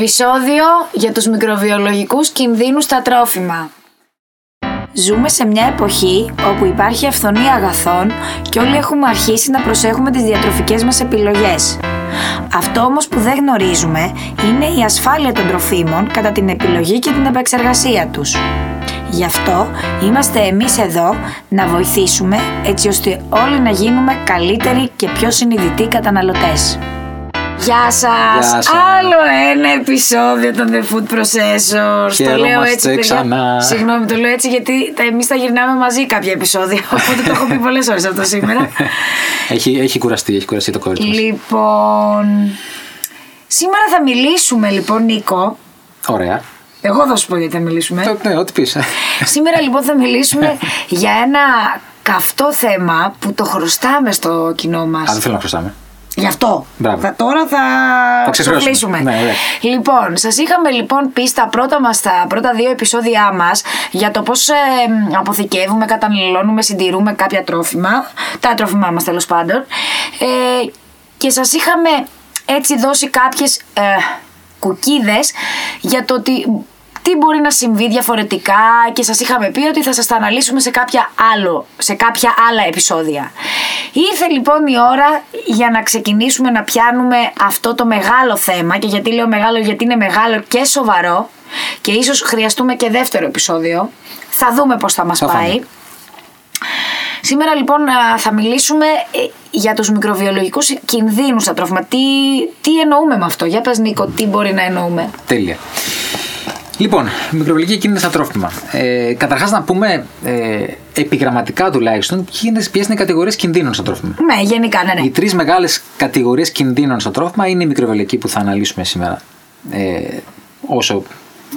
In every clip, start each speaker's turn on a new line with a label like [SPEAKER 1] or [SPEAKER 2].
[SPEAKER 1] Επισόδιο για τους μικροβιολογικούς κινδύνους στα τρόφιμα.
[SPEAKER 2] Ζούμε σε μια εποχή όπου υπάρχει αυθονία αγαθών και όλοι έχουμε αρχίσει να προσέχουμε τις διατροφικές μας επιλογές. Αυτό όμως που δεν γνωρίζουμε είναι η ασφάλεια των τροφίμων κατά την επιλογή και την επεξεργασία τους. Γι' αυτό είμαστε εμείς εδώ να βοηθήσουμε έτσι ώστε όλοι να γίνουμε καλύτεροι και πιο συνειδητοί καταναλωτές.
[SPEAKER 1] Γεια σας!
[SPEAKER 3] Γεια σας.
[SPEAKER 1] Άλλο ένα επεισόδιο των The Food Processors. το λέω
[SPEAKER 3] Χαιρόμαστε
[SPEAKER 1] έτσι, παιδιά.
[SPEAKER 3] ξανά.
[SPEAKER 1] Συγγνώμη, το λέω έτσι γιατί τα, εμείς τα γυρνάμε μαζί κάποια επεισόδια. Οπότε το έχω πει πολλές ώρες αυτό σήμερα.
[SPEAKER 3] Έχει, έχει κουραστεί, έχει κουραστεί το κόρη μας.
[SPEAKER 1] λοιπόν, σήμερα θα μιλήσουμε λοιπόν Νίκο.
[SPEAKER 3] Ωραία.
[SPEAKER 1] Εγώ θα σου πω γιατί θα μιλήσουμε.
[SPEAKER 3] Το- ναι, ό,τι πεις.
[SPEAKER 1] Σήμερα λοιπόν θα μιλήσουμε για ένα καυτό θέμα που το χρωστάμε στο κοινό
[SPEAKER 3] Α,
[SPEAKER 1] μας.
[SPEAKER 3] δεν θέλω να χρωστάμε.
[SPEAKER 1] Γι' αυτό.
[SPEAKER 3] Μπράβο.
[SPEAKER 1] Θα, τώρα θα,
[SPEAKER 3] Θα ξεχρώσουμε.
[SPEAKER 1] ξοφλήσουμε.
[SPEAKER 3] Ναι, ωραία.
[SPEAKER 1] λοιπόν, σας είχαμε λοιπόν πει στα πρώτα, μας, τα πρώτα δύο επεισόδια μας για το πώς ε, αποθηκεύουμε, καταναλώνουμε, συντηρούμε κάποια τρόφιμα, τα τρόφιμά μας τέλος πάντων. Ε, και σας είχαμε έτσι δώσει κάποιες ε, κουκίδες για το ότι τι μπορεί να συμβεί διαφορετικά και σας είχαμε πει ότι θα σας τα αναλύσουμε σε κάποια, άλλο, σε κάποια άλλα επεισόδια. Ήρθε λοιπόν η ώρα για να ξεκινήσουμε να πιάνουμε αυτό το μεγάλο θέμα και γιατί λέω μεγάλο γιατί είναι μεγάλο και σοβαρό και ίσως χρειαστούμε και δεύτερο επεισόδιο. Θα δούμε πώς θα μας
[SPEAKER 3] Θα
[SPEAKER 1] πάει.
[SPEAKER 3] φάμε.
[SPEAKER 1] Σήμερα λοιπόν α, θα μιλήσουμε ε, για τους μικροβιολογικούς κινδύνους στα τρόφιμα. Τι, τι εννοούμε με αυτό. Για πες Νίκο, τι μπορεί να εννοούμε.
[SPEAKER 3] Τέλεια. Λοιπόν, μικροβιολογική κίνηση στα τρόφιμα. Ε, Καταρχάς, να πούμε ε, επιγραμματικά τουλάχιστον ποιες είναι οι κατηγορίες κινδύνων στα τρόφιμα.
[SPEAKER 1] Ναι, γενικά, ναι, ναι.
[SPEAKER 3] Οι τρεις μεγάλες κατηγορίες κινδύνων στο τρόφιμα είναι η μικροβιολογική που θα αναλύσουμε σήμερα. Ε, όσο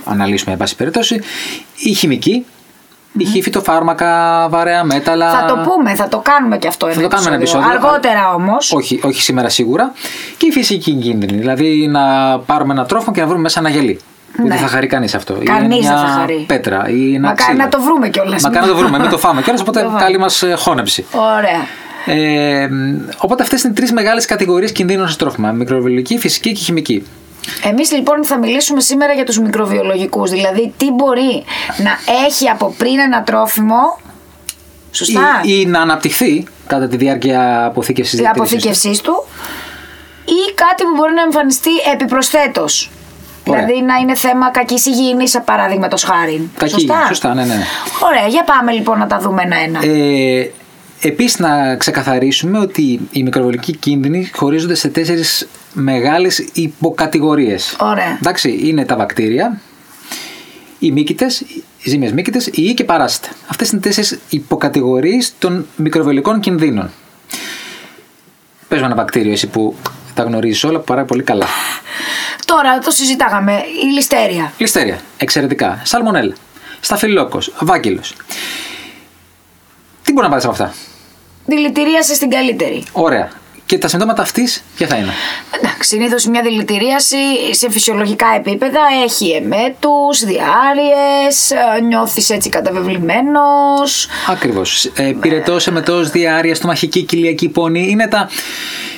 [SPEAKER 3] αναλύσουμε, εν πάση περιπτώσει. Η χημική, η φυτοφάρμακα, βαρέα μέταλλα.
[SPEAKER 1] Ναι. Θα το πούμε, θα το κάνουμε και αυτό
[SPEAKER 3] Θα το κάνουμε ένα επεισόδιο.
[SPEAKER 1] Αργότερα όμως.
[SPEAKER 3] Όχι, όχι σήμερα σίγουρα. Και η φυσική κίνδυνη. Δηλαδή να πάρουμε ένα τρόφιμο και να βρούμε μέσα ένα γελί. Που
[SPEAKER 1] Ναι.
[SPEAKER 3] Δεν θα χαρεί κανείς αυτό. Ή
[SPEAKER 1] Κανείς
[SPEAKER 3] μια
[SPEAKER 1] δεν θα χαρεί.
[SPEAKER 3] Πέτρα ή ένα
[SPEAKER 1] Μακάρι
[SPEAKER 3] ξύλο.
[SPEAKER 1] να το βρούμε κιόλας.
[SPEAKER 3] Μακάρι να το βρούμε, μην το φάμε κιόλας. Οπότε
[SPEAKER 1] Το φάμε.
[SPEAKER 3] καλή μας χώνεψη.
[SPEAKER 1] Ωραία.
[SPEAKER 3] Ε, μ, οπότε αυτές είναι τρεις μεγάλες κατηγορίες κινδύνων στο τρόφιμα. Μικροβιολογική, φυσική και χημική.
[SPEAKER 1] Εμείς λοιπόν θα μιλήσουμε σήμερα για τους μικροβιολογικούς. Δηλαδή, τι μπορεί να έχει από πριν ένα τρόφιμο. Σωστά.
[SPEAKER 3] Ή, ή να αναπτυχθεί κατά τη διάρκεια αποθήκευσης
[SPEAKER 1] της αποθήκευσής του. Ή κάτι που μπορεί να εμφανιστεί επιπροσθέτως.
[SPEAKER 3] Ωραία.
[SPEAKER 1] Δηλαδή να είναι θέμα κακής υγιεινής, παράδειγμα, το χάρη.
[SPEAKER 3] Κακή
[SPEAKER 1] σωστά.
[SPEAKER 3] υγιεινής, σωστά, ναι, ναι, ναι.
[SPEAKER 1] Ωραία, για πάμε λοιπόν να τα δούμε ένα-ένα.
[SPEAKER 3] Ε, Επίσης, να ξεκαθαρίσουμε ότι οι μικροβολικοί κίνδυνοι χωρίζονται σε τέσσερις μεγάλες υποκατηγορίες.
[SPEAKER 1] Ωραία.
[SPEAKER 3] Εντάξει, είναι τα βακτήρια, οι μύκητες, οι ζύμιες μύκητες, οι ή και παράσιτες. Αυτές είναι τέσσερις υποκατηγορίες των μικροβιολικών κινδύνων. Πες με ένα βακτήριο, εσύ που τα γνωρίζεις όλα πάρα πολύ καλά.
[SPEAKER 1] Τώρα το συζητάγαμε. Η ληστέρια.
[SPEAKER 3] Ληστέρια, εξαιρετικά. Σαλμονέλα, σταφυλόκο, βάγκελο. Τι μπορεί να πάρεις από αυτά.
[SPEAKER 1] Δηλητηρίασε στην καλύτερη.
[SPEAKER 3] Ωραία. Και τα συμπτώματα αυτής ποια θα είναι.
[SPEAKER 1] Εντάξει, συνήθως μια δηλητηρίαση σε φυσιολογικά επίπεδα έχει εμέτους, διάρειες, νιώθεις έτσι καταβεβλημένος.
[SPEAKER 3] Ακριβώς. Ε, Πυρετός, εμετός, διάρκεια, στομαχική, κοιλιακή πόνη είναι τα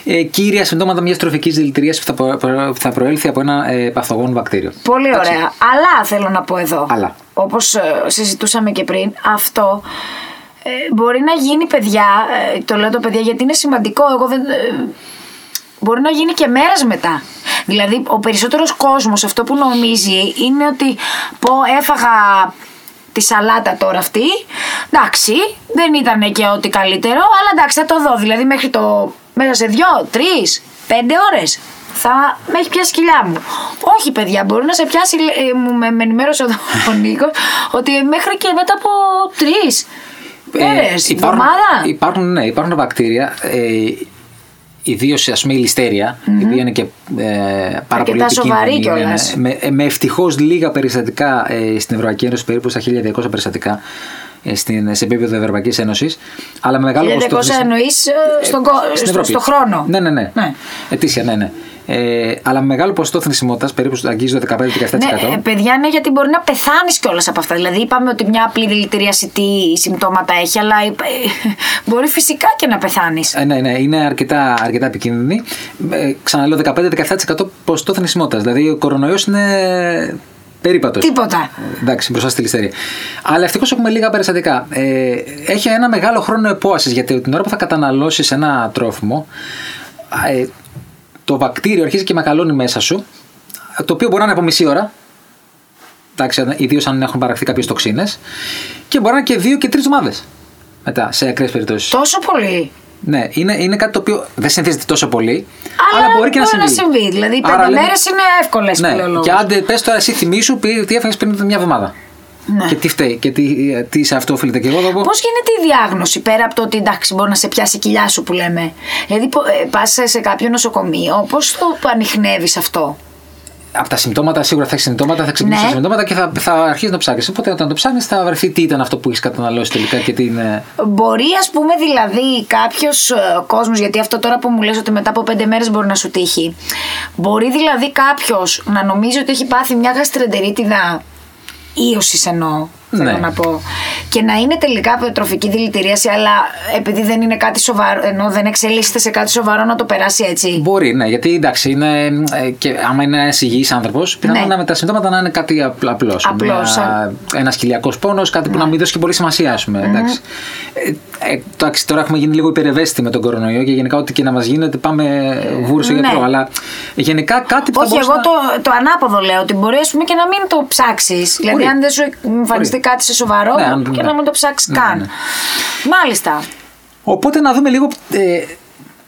[SPEAKER 3] ε, κύρια συμπτώματα μιας τροφικής δηλητηρία που θα, προ- προ- που θα προέλθει από ένα ε, παθογόνο βακτήριο.
[SPEAKER 1] Πολύ
[SPEAKER 3] Εντάξει.
[SPEAKER 1] ωραία. Αλλά θέλω να πω εδώ.
[SPEAKER 3] Αλλά.
[SPEAKER 1] Όπως συζητούσαμε και πριν, αυτό ε, μπορεί να γίνει παιδιά. ε, το λέω το παιδιά γιατί είναι σημαντικό. Εγώ δεν. ε, μπορεί να γίνει και μέρες μετά. Δηλαδή, ο περισσότερος κόσμος αυτό που νομίζει είναι ότι πω έφαγα τη σαλάτα τώρα αυτή, εντάξει, δεν ήταν και ό,τι καλύτερο, αλλά εντάξει θα το δω, δηλαδή μέχρι το, μέσα σε δυο, τρεις, πέντε ώρες θα με έχει πιάσει η κοιλιά μου. Όχι, παιδιά, μπορεί να σε πιάσει. ε, μου με, με ενημέρωσε εδώ ο Νίκος ότι μέχρι και μετά από τρεις μέρε,
[SPEAKER 3] Ε, υπάρχουν,
[SPEAKER 1] Ε, εβδομάδα.
[SPEAKER 3] υπάρχουν, ναι, υπάρχουν βακτήρια, ε, ιδίω ας πούμε η ληστέρια, η οποία είναι και ε, πάρα πολύ
[SPEAKER 1] Αρκετά σοβαρή
[SPEAKER 3] επικίνδυνη, ναι,
[SPEAKER 1] κιόλας.
[SPEAKER 3] ναι. με, με ευτυχώς λίγα περιστατικά ε, στην Ευρωπαϊκή Ένωση, περίπου στα 1200 περιστατικά ε, στην, σε επίπεδο Ευρωπαϊκής Ένωσης. Αλλά με μεγάλο
[SPEAKER 1] 1200
[SPEAKER 3] κόστος-
[SPEAKER 1] εννοείς ε, στον, κο-
[SPEAKER 3] Ε, στην
[SPEAKER 1] στο,
[SPEAKER 3] Ευρώπη.
[SPEAKER 1] στο χρόνο.
[SPEAKER 3] Ναι, ναι, ναι.
[SPEAKER 1] Ναι.
[SPEAKER 3] Ετήσια, ναι, ναι. Ε, αλλά με μεγάλο ποσοστό θνησιμότητας, περίπου αγγίζει το 15-17%.
[SPEAKER 1] Ναι, ε, παιδιά, ναι, γιατί μπορεί να πεθάνεις κιόλας από αυτά. Δηλαδή, είπαμε ότι μια απλή δηλητηρίαση τι συμπτώματα έχει, αλλά είπα- μπορεί φυσικά και να πεθάνεις.
[SPEAKER 3] Ε, ναι, ναι, είναι αρκετά, αρκετά επικίνδυνη. Ε, ξαναλέω 15-17% ποσοστό θνησιμότητας. Δηλαδή ο κορονοϊός είναι περίπατος.
[SPEAKER 1] Τίποτα.
[SPEAKER 3] Εντάξει, μπροστά στη ληστερία. Αλλά ευτυχώς έχουμε λίγα περιστατικά. Ε, έχει ένα μεγάλο χρόνο επόασης γιατί την ώρα που θα καταναλώσεις ένα τρόφιμο, ε, το βακτήριο αρχίζει και μακαλώνει μέσα σου, το οποίο μπορεί να είναι από μισή ώρα. Εντάξει, ιδίως αν έχουν παραχθεί κάποιες τοξίνες. Και μπορεί να είναι και δύο και τρεις εβδομάδε μετά, σε ακραίες περιπτώσεις.
[SPEAKER 1] Τόσο πολύ.
[SPEAKER 3] Ναι, είναι, είναι κάτι το οποίο δεν συνηθίζεται τόσο πολύ,
[SPEAKER 1] Αλλά
[SPEAKER 3] αλλά, μπορεί και να
[SPEAKER 1] μπορεί
[SPEAKER 3] συμβεί.
[SPEAKER 1] να συμβεί. Δηλαδή, οι
[SPEAKER 3] Άρα
[SPEAKER 1] πέντε
[SPEAKER 3] λέμε-
[SPEAKER 1] μέρες είναι εύκολες,
[SPEAKER 3] Ναι,
[SPEAKER 1] πλέον,
[SPEAKER 3] και
[SPEAKER 1] λόγος.
[SPEAKER 3] άντε, πες τώρα εσύ θυμίσου πει- τι έφαγες πριν μια εβδομάδα.
[SPEAKER 1] Ναι.
[SPEAKER 3] Και τι φταίει, και τι, τι σε αυτό οφείλεται και εγώ θα πω.
[SPEAKER 1] Πώς γίνεται η διάγνωση πέρα από το ότι εντάξει μπορεί να σε πιάσει η κοιλιά σου που λέμε. Δηλαδή πας σε κάποιο νοσοκομείο, πώς το ανοιχνεύεις αυτό.
[SPEAKER 3] Από τα συμπτώματα σίγουρα θα έχεις συμπτώματα, θα ξεκινήσεις
[SPEAKER 1] Ναι.
[SPEAKER 3] τα συμπτώματα και θα, θα αρχίσει να ψάχνεις. Οπότε όταν το ψάχνεις θα βρεθεί τι ήταν αυτό που έχεις καταναλώσει τελικά και τι είναι.
[SPEAKER 1] Μπορεί, ας πούμε, δηλαδή κάποιος κόσμος, γιατί αυτό τώρα που μου λες ότι μετά από πέντε μέρες μπορεί να σου τύχει. Μπορεί δηλαδή κάποιος να νομίζει ότι έχει πάθει μια γαστρεντερίτιδα ίωσης εννοώ. Θέλω
[SPEAKER 3] Ναι.
[SPEAKER 1] να πω. Και να είναι τελικά τροφική δηλητηρίαση, αλλά επειδή δεν είναι κάτι σοβαρό, ενώ δεν εξελίσσεται σε κάτι σοβαρό να το περάσει έτσι.
[SPEAKER 3] Μπορεί, ναι, γιατί εντάξει, είναι, ε, και άμα είναι ένα υγιή άνθρωπο, πιθανόν
[SPEAKER 1] Ναι.
[SPEAKER 3] να με τα συμπτώματα να είναι κάτι απλός.
[SPEAKER 1] Απλός, σαν-
[SPEAKER 3] Ένα κοιλιακό πόνος, κάτι που να
[SPEAKER 1] Ναι.
[SPEAKER 3] μην δώσει και πολύ σημασία, ας πούμε. εντάξει. Ε, ε, εντάξει, τώρα έχουμε γίνει λίγο υπερευαίσθητοι με τον κορονοϊό και γενικά ό,τι και να μας γίνεται, πάμε ε, βούρσο
[SPEAKER 1] ναι.
[SPEAKER 3] γιατρό. Αλλά γενικά κάτι που θα
[SPEAKER 1] Όχι,
[SPEAKER 3] μπορούσε
[SPEAKER 1] εγώ
[SPEAKER 3] να-
[SPEAKER 1] το, το ανάποδο λέω ότι μπορεί ας πούμε, και να μην το ψάξεις. Δηλαδή, αν δεν σου εμφανιστεί
[SPEAKER 3] Μπορεί.
[SPEAKER 1] κάτι σε σοβαρό,
[SPEAKER 3] Ναι, αν-
[SPEAKER 1] και
[SPEAKER 3] ναι.
[SPEAKER 1] να μην το ψάξεις
[SPEAKER 3] Ναι,
[SPEAKER 1] καν.
[SPEAKER 3] ναι.
[SPEAKER 1] Μάλιστα.
[SPEAKER 3] Οπότε να δούμε λίγο. Ε,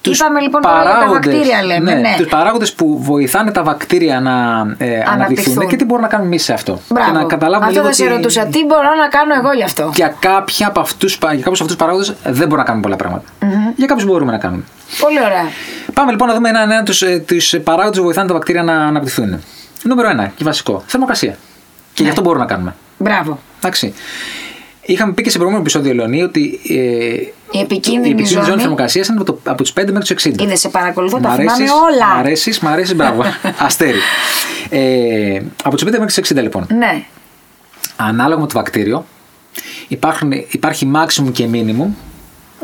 [SPEAKER 3] τους
[SPEAKER 1] Είπαμε, λοιπόν, τώρα για τα βακτήρια, λέμε,
[SPEAKER 3] ναι,
[SPEAKER 1] ναι.
[SPEAKER 3] Τους παράγοντες που βοηθάνε τα βακτήρια να ε, αναπτυχθούν και τι μπορούμε να κάνουμε εμείς σε αυτό.
[SPEAKER 1] Μπράβο.
[SPEAKER 3] Και να καταλάβουμε
[SPEAKER 1] Αυτό θα
[SPEAKER 3] λίγο
[SPEAKER 1] σε
[SPEAKER 3] τι-
[SPEAKER 1] ρωτούσα. Τι μπορώ να κάνω εγώ γι' αυτό.
[SPEAKER 3] Για κάποια από αυτούς, για κάποιους από αυτούς τους παράγοντες δεν μπορούμε να κάνουμε πολλά πράγματα. Για κάποιους μπορούμε να κάνουμε.
[SPEAKER 1] Πολύ ωραία.
[SPEAKER 3] Πάμε λοιπόν να δούμε έναν ένα τους, ε, τους παράγοντες που βοηθάνε τα βακτήρια να αναπτυχθούν. Νούμερο 1 και βασικό. Θερμοκρασία. Και γι' αυτό
[SPEAKER 1] Ναι.
[SPEAKER 3] μπορούμε να κάνουμε.
[SPEAKER 1] Μπράβο.
[SPEAKER 3] Εντάξει. Είχαμε πει και σε προηγούμενο επεισόδιο, Ελεονή, ότι ε,
[SPEAKER 1] Η επικίνδυνη,
[SPEAKER 3] η επικίνδυνη ζώνη
[SPEAKER 1] ζώνη
[SPEAKER 3] θερμοκρασίας είναι από, το, από του 5 μέχρι του 60.
[SPEAKER 1] Είδε, σε παρακολουθώ,
[SPEAKER 3] Μ'
[SPEAKER 1] τα
[SPEAKER 3] αρέσεις,
[SPEAKER 1] θυμάμαι όλα.
[SPEAKER 3] Μ' αρέσεις, μ' αρέσεις, μπράβο. Αστέρι. Ε, από του 5 μέχρι του 60 λοιπόν.
[SPEAKER 1] Ναι.
[SPEAKER 3] Ανάλογα με το βακτήριο, υπάρχουν, υπάρχει maximum και minimum.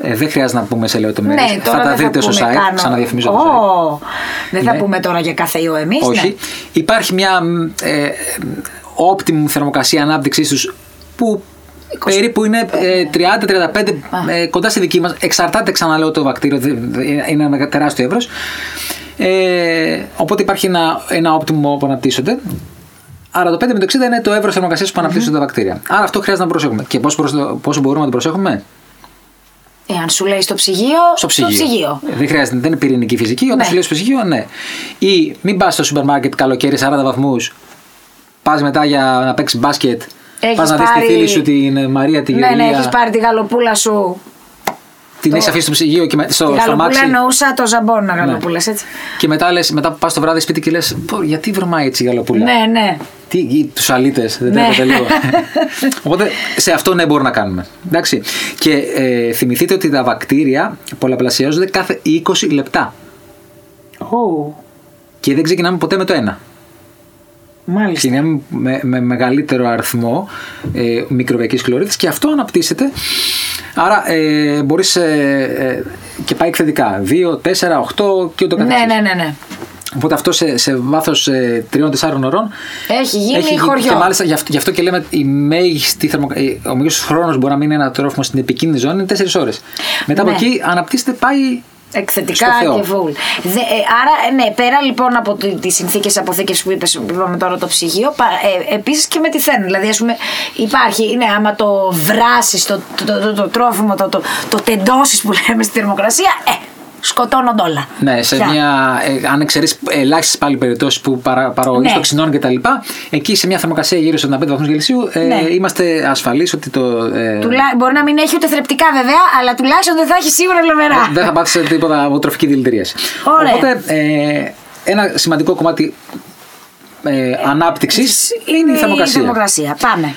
[SPEAKER 3] Ε, δεν χρειάζεται να πούμε σε λεπτομέρειε.
[SPEAKER 1] ναι,
[SPEAKER 3] θα
[SPEAKER 1] τώρα
[SPEAKER 3] τα
[SPEAKER 1] δεν
[SPEAKER 3] δείτε
[SPEAKER 1] θα
[SPEAKER 3] στο
[SPEAKER 1] πούμε
[SPEAKER 3] site.
[SPEAKER 1] καν.
[SPEAKER 3] Ξαναδιαφημίζω το site.
[SPEAKER 1] Ω, Δεν θα
[SPEAKER 3] Ναι.
[SPEAKER 1] πούμε τώρα για κάθε ιό εμείς.
[SPEAKER 3] Όχι.
[SPEAKER 1] Ναι.
[SPEAKER 3] Υπάρχει μια μ, ε, ε, optimum θερμοκρασία ανάπτυξής τους που περίπου είναι ε, 30-35 ε, κοντά στη δική μας. Εξαρτάται, ξαναλέω, το βακτήριο. δε- δε- Είναι ένα τεράστιο εύρος. Ε, οπότε υπάρχει ένα, ένα optimum που αναπτύσσονται. Άρα το 5 με το 60 είναι το εύρος θερμοκρασίας που αναπτύσσονται τα βακτήρια. Άρα αυτό χρειάζεται να προσέχουμε. Και πώς προσ- πόσο μπορούμε να το προσέχουμε,
[SPEAKER 1] Εάν σου λέει στο ψυγείο.
[SPEAKER 3] στο ψυγείο. Ε, Δεν χρειάζεται, δεν είναι πυρηνική φυσική. Όταν
[SPEAKER 1] Ναι.
[SPEAKER 3] σου λέει στο ψυγείο, ναι. Ή μην πας στο σούπερ μάρκετ καλοκαίρι 40 βαθμούς, πας μετά για να παίξεις μπάσκετ.
[SPEAKER 1] Έχεις
[SPEAKER 3] Πας να δεις τη
[SPEAKER 1] πάρει-
[SPEAKER 3] φίλη σου, την ε, Μαρία, τη
[SPEAKER 1] Ναι,
[SPEAKER 3] Γεωργία.
[SPEAKER 1] ναι, έχεις πάρει τη γαλοπούλα σου.
[SPEAKER 3] Την έχεις αφήσει στο ψυγείο και με,
[SPEAKER 1] Τη
[SPEAKER 3] στο, στο
[SPEAKER 1] γαλοπούλα
[SPEAKER 3] μάξι.
[SPEAKER 1] εννοούσα το ζαμπόν,
[SPEAKER 3] Ναι.
[SPEAKER 1] γαλοπούλας, έτσι.
[SPEAKER 3] Και μετά, λες, μετά πας το βράδυ σπίτι και λες: Γιατί βρωμάει έτσι η γαλοπούλα.
[SPEAKER 1] Ναι, ναι.
[SPEAKER 3] Τι, τους αλήτες, δεν
[SPEAKER 1] Ναι.
[SPEAKER 3] τρέπεται λίγο. Οπότε σε αυτό ναι μπορούμε να κάνουμε. Εντάξει. Και ε, θυμηθείτε ότι τα βακτήρια πολλαπλασιάζονται κάθε 20 λεπτά. Και δεν ξεκινάμε ποτέ με το ένα.
[SPEAKER 1] Μάλιστα.
[SPEAKER 3] Ξεκινάμε με, με μεγαλύτερο αριθμό ε, μικροβιακής χλωρίδας και αυτό αναπτύσσεται. Άρα ε, μπορείς ε, ε, και πάει εκθετικά. 2, 4, 8 και ούτω καθεξής.
[SPEAKER 1] Ναι, ναι, ναι, ναι.
[SPEAKER 3] Οπότε αυτό σε, σε βάθος ε, 3-4 ωρών
[SPEAKER 1] Έχει γίνει
[SPEAKER 3] γίνει.
[SPEAKER 1] χωριό.
[SPEAKER 3] Και μάλιστα γι' αυτό, γι' αυτό και λέμε η μέγιστη θερμο- ε, ο μέγιστος χρόνος μπορεί να μείνει ένα τρόφιμο στην επικίνδυνη ζώνη είναι 4 ώρες. Μετά
[SPEAKER 1] Ναι.
[SPEAKER 3] από εκεί αναπτύσσεται πάει
[SPEAKER 1] Εκθετικά
[SPEAKER 3] στο Θεό.
[SPEAKER 1] και βουλ. Δε- ε, άρα, ναι, πέρα λοιπόν από τις συνθήκες αποθήκευσης που είπες, που είπαμε τώρα το ψυγείο, επίσης και με τη θέρμη. Δηλαδή, ας πούμε, υπάρχει, ναι, άμα το βράσει το, το, το, το, το τρόφιμο, το, το, το τεντώσεις που λέμε στη θερμοκρασία, ε, σκοτώνονται όλα.
[SPEAKER 3] Ναι, σε
[SPEAKER 1] Πια.
[SPEAKER 3] μια, ε, αν εξαιρεί ελάχιστες πάλι περιπτώσεις που παρα, παραγωγής
[SPEAKER 1] Ναι.
[SPEAKER 3] τοξινών κτλ. Εκεί σε μια θερμοκρασία γύρω στους 95 βαθμούς Κελσίου ε,
[SPEAKER 1] Ναι.
[SPEAKER 3] είμαστε ασφαλείς ότι το. Ε,
[SPEAKER 1] Τουλά- μπορεί να μην έχει ούτε θρεπτικά βέβαια, αλλά τουλάχιστον δεν θα έχει σίγουρα λοβερά.
[SPEAKER 3] δεν θα πάθεις τίποτα από τροφική δηλητηρίαση.
[SPEAKER 1] Ωραία.
[SPEAKER 3] Οπότε ε, ένα σημαντικό κομμάτι ε, ανάπτυξης είναι η θερμοκρασία.
[SPEAKER 1] θερμοκρασία. Πάμε.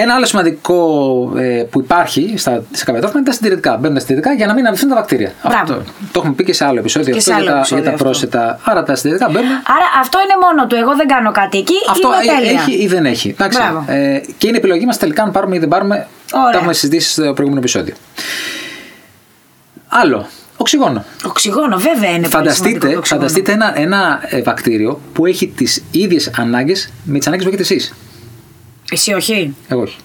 [SPEAKER 3] Ένα άλλο σημαντικό ε, που υπάρχει στα, σε κάποια τρόφιμα είναι τα συντηρητικά. Μπαίνουν τα συντηρητικά για να μην αμυνθούν τα βακτήρια.
[SPEAKER 2] Μπράβο.
[SPEAKER 3] το, το έχουμε πει και σε άλλο επεισόδιο,
[SPEAKER 1] Και σε
[SPEAKER 3] αυτό,
[SPEAKER 1] άλλο
[SPEAKER 3] για, τα,
[SPEAKER 1] επεισόδιο
[SPEAKER 3] για τα
[SPEAKER 1] αυτό.
[SPEAKER 3] πρόσθετα. Άρα τα συντηρητικά μπαίνουν.
[SPEAKER 2] Άρα αυτό είναι μόνο του. Εγώ δεν κάνω κάτι εκεί.
[SPEAKER 3] Αυτό
[SPEAKER 2] είναι
[SPEAKER 3] ε,
[SPEAKER 2] τέλεια.
[SPEAKER 3] έχει ή δεν έχει. Εντάξει,
[SPEAKER 2] Μπράβο.
[SPEAKER 3] ε, και είναι επιλογή μας τελικά αν πάρουμε ή δεν πάρουμε.
[SPEAKER 2] Ωραία.
[SPEAKER 3] Τα έχουμε συζητήσει στο προηγούμενο επεισόδιο. Άλλο. Οξυγόνο.
[SPEAKER 1] Οξυγόνο, βέβαια είναι πολύ σημαντικό
[SPEAKER 3] Φανταστείτε,
[SPEAKER 1] το οξυγόνο.
[SPEAKER 3] φανταστείτε ένα, ένα ε, βακτήριο που έχει τις ίδιες ανάγκες με τις ανάγκες που έχετε εσείς.
[SPEAKER 1] Εσύ όχι.
[SPEAKER 3] Εγώ όχι.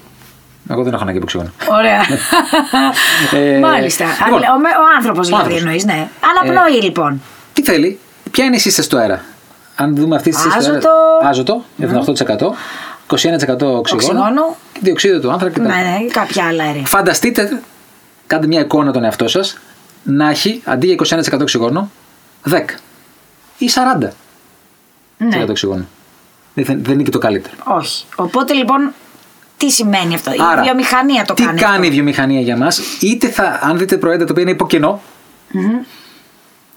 [SPEAKER 3] Εγώ δεν έχω ανάγκη από οξυγόνο.
[SPEAKER 1] Ωραία.
[SPEAKER 3] Ε,
[SPEAKER 1] Μάλιστα.
[SPEAKER 3] λοιπόν.
[SPEAKER 1] Αλλά ο, με- ο άνθρωπος
[SPEAKER 3] Ο
[SPEAKER 1] δηλαδή
[SPEAKER 3] άνθρωπος. Ε,
[SPEAKER 1] εννοείς, ναι. Αναπνοή λοιπόν.
[SPEAKER 3] Τι θέλει, ποια είναι η σύσταση του αέρα. Αν δούμε αυτή τη σύσταση του αέρα. Άζωτο. Άζωτο, 78%, 21%
[SPEAKER 1] Οξυγόνο.
[SPEAKER 3] οξυγόνο, και διοξείδιο του άνθρακα κτλ.
[SPEAKER 1] Ναι, ναι, ή κάποια άλλα αέρια.
[SPEAKER 3] Φανταστείτε, κάντε μια εικόνα τον εαυτό σας, να έχει αντί για 21% οξυγόνο, 10 ή 40%
[SPEAKER 1] Ναι.
[SPEAKER 3] οξυγόνο. Δεν, δεν είναι και το καλύτερο.
[SPEAKER 1] Όχι. Οπότε λοιπόν, τι σημαίνει αυτό.
[SPEAKER 3] Άρα,
[SPEAKER 1] η βιομηχανία το
[SPEAKER 3] τι
[SPEAKER 1] κάνει.
[SPEAKER 3] κάνει η βιομηχανία για μας, είτε θα, αν δείτε προϊόντα τα οποία είναι υποκενό,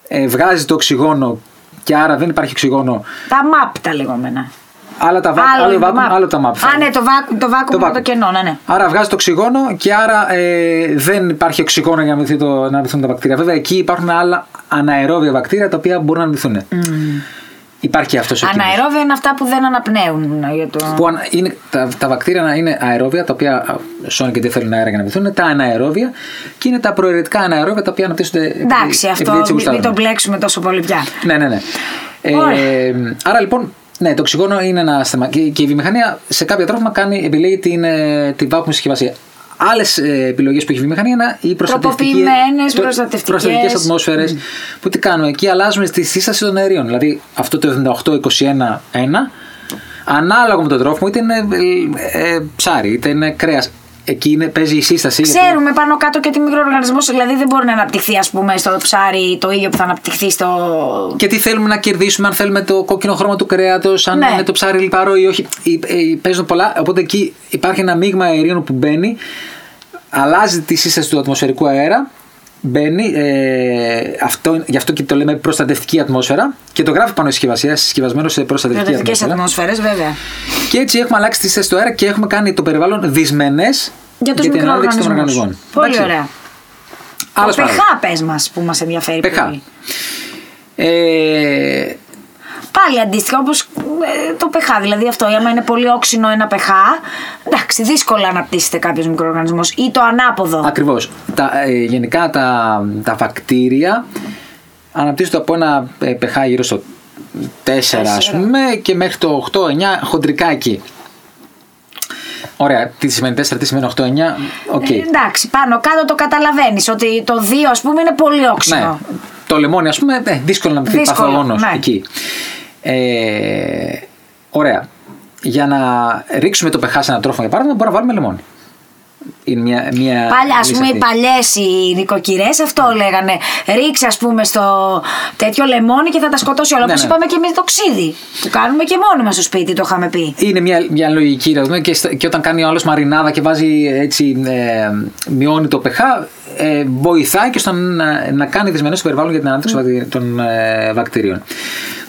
[SPEAKER 3] ε, βγάζει το οξυγόνο και άρα δεν υπάρχει οξυγόνο,
[SPEAKER 1] Τα μαπ τα λεγόμενα.
[SPEAKER 3] άλλα τα βά- άλλο,
[SPEAKER 1] είναι το
[SPEAKER 3] βάκουμ,
[SPEAKER 1] map.
[SPEAKER 3] άλλο τα μάπ.
[SPEAKER 1] Α, ναι, το, βάκου, το βάκουμ είναι το κενό, ναι, ναι.
[SPEAKER 3] Άρα βγάζει το οξυγόνο και άρα ε, δεν υπάρχει οξυγόνο για να μυθεί το, να μυθούν τα βακτήρια. Βέβαια, εκεί υπάρχουν άλλα αναερόβια βακτήρια τα οποία μπορούν να μυθούν. Υπάρχει και αυτός ο κίνδυνος.
[SPEAKER 1] Αναερόβια είναι αυτά που δεν αναπνέουν. ε, Για το...
[SPEAKER 3] Που ανα- είναι, τα, τα βακτήρια να είναι αερόβια, τα οποία α, σώνουν και δεν θέλουν αέρα για να μυθούν, τα αναερόβια και είναι τα προαιρετικά αναερόβια τα οποία αναπτύσσονται. επειδή-
[SPEAKER 1] Εντάξει, αυτό
[SPEAKER 3] επειδή έτσι
[SPEAKER 1] μην, μην
[SPEAKER 3] γουστάρουν.
[SPEAKER 1] το μπλέξουμε τόσο πολύ πια.
[SPEAKER 3] Ναι, ναι, ναι. Ε,
[SPEAKER 1] Ωραία.
[SPEAKER 3] άρα λοιπόν, ναι, το οξυγόνο είναι ένα θέμα. Και, και η βιομηχανία σε κάποια τρόφιμα κάνει, επιλέγει την, ε, την βάκουμ συσκευασία. Άλλες επιλογές που έχει η βιομηχανία είναι οι προστατευτικέ.
[SPEAKER 1] Τροποποιημένες, προστατευτικές.
[SPEAKER 3] Προστατευτικές ατμόσφαιρες. Που τι κάνουμε, εκεί αλλάζουμε στη σύσταση των αερίων. Δηλαδή αυτό το 78-21-1, ανάλογα με το τρόφιμο, είτε είναι ε, ε, ψάρι, είτε είναι κρέας. Εκεί είναι, παίζει η σύσταση. γιατί-
[SPEAKER 1] Ξέρουμε πάνω κάτω και τι μικροοργανισμός, δηλαδή δεν μπορεί να αναπτυχθεί, ας πούμε, στο ψάρι το ίδιο που θα αναπτυχθεί στο.
[SPEAKER 3] Και τι θέλουμε να κερδίσουμε, αν θέλουμε το κόκκινο χρώμα του κρέατος, αν
[SPEAKER 1] Ναι.
[SPEAKER 3] είναι το ψάρι λιπαρό ή όχι. Ε, ε, Παίζουν πολλά. Οπότε εκεί υπάρχει ένα μείγμα αερίων που μπαίνει, αλλάζει τη σύσταση του ατμοσφαιρικού αέρα. Μπαίνει, ε, αυτό, γι' αυτό και το λέμε προστατευτική ατμόσφαιρα και το γράφει πάνω η συσκευασία, συσκευασμένο σε προστατευτική
[SPEAKER 1] Προστατευτικές
[SPEAKER 3] ατμόσφαιρα.
[SPEAKER 1] ατμόσφαιρες, βέβαια.
[SPEAKER 3] Και έτσι έχουμε αλλάξει τη σύσταση του αέρα και έχουμε κάνει το περιβάλλον δυσμενές
[SPEAKER 1] Για τους
[SPEAKER 3] την ανάδειξη των
[SPEAKER 1] μικροοργανισμούς.
[SPEAKER 3] οργανισμών.
[SPEAKER 1] Πολύ
[SPEAKER 3] Εντάξει.
[SPEAKER 1] ωραία.
[SPEAKER 3] Άλλος
[SPEAKER 1] το
[SPEAKER 3] παράγοντας.
[SPEAKER 1] pH πες μας που μας ενδιαφέρει.
[SPEAKER 3] pH.
[SPEAKER 1] πολύ.
[SPEAKER 3] Ε,
[SPEAKER 1] Πάλι αντίστοιχα όπως το pH. Δηλαδή αυτό, άμα είναι πολύ όξινο ένα pH, εντάξει, δύσκολα αναπτύσσεται κάποιος μικροοργανισμός. Ή το ανάποδο.
[SPEAKER 3] Ακριβώς. Ε, γενικά τα, τα βακτήρια αναπτύσσονται από ένα ε, pH γύρω στο 4, ας πούμε, και μέχρι το 8-9 χοντρικά εκεί. Ωραία, τι σημαίνει 4, τι σημαίνει 8-9, οκ.
[SPEAKER 1] Ε, εντάξει, πάνω κάτω το καταλαβαίνεις ότι το 2 ας πούμε είναι πολύ όξινο.
[SPEAKER 3] Ναι. Το λεμόνι, ας πούμε, ναι, δύσκολο να πει
[SPEAKER 1] Δύσκολο,
[SPEAKER 3] παθογόνος
[SPEAKER 1] ναι.
[SPEAKER 3] εκεί. Ε, ωραία. Για να ρίξουμε το pH σε ένα τρόφιμο, για παράδειγμα, μπορούμε να βάλουμε λεμόνι. Είναι μια, μια
[SPEAKER 1] Πάλι, ας
[SPEAKER 3] λύση
[SPEAKER 1] πούμε, οι
[SPEAKER 3] αυτή.
[SPEAKER 1] παλιές οι νοικοκυρές αυτό λέγανε. Ρίξε, ας πούμε, στο τέτοιο λεμόνι και θα τα σκοτώσει όλα.
[SPEAKER 3] Ναι,
[SPEAKER 1] Όπως
[SPEAKER 3] ναι.
[SPEAKER 1] είπαμε και εμείς το ξύδι. Που κάνουμε και μόνοι μας στο σπίτι, το είχαμε πει.
[SPEAKER 3] Είναι μια, μια λογική, ρε, πούμε, και, στα- και όταν κάνει ο άλλος μαρινάδα και βάζει έτσι, ε, μειώνει το pH, ε, βοηθάει και στο να, να κάνει δυσμενές το περιβάλλον για την
[SPEAKER 1] Ναι.
[SPEAKER 3] ανάπτυξη βακτη- των ε, βακτήριων.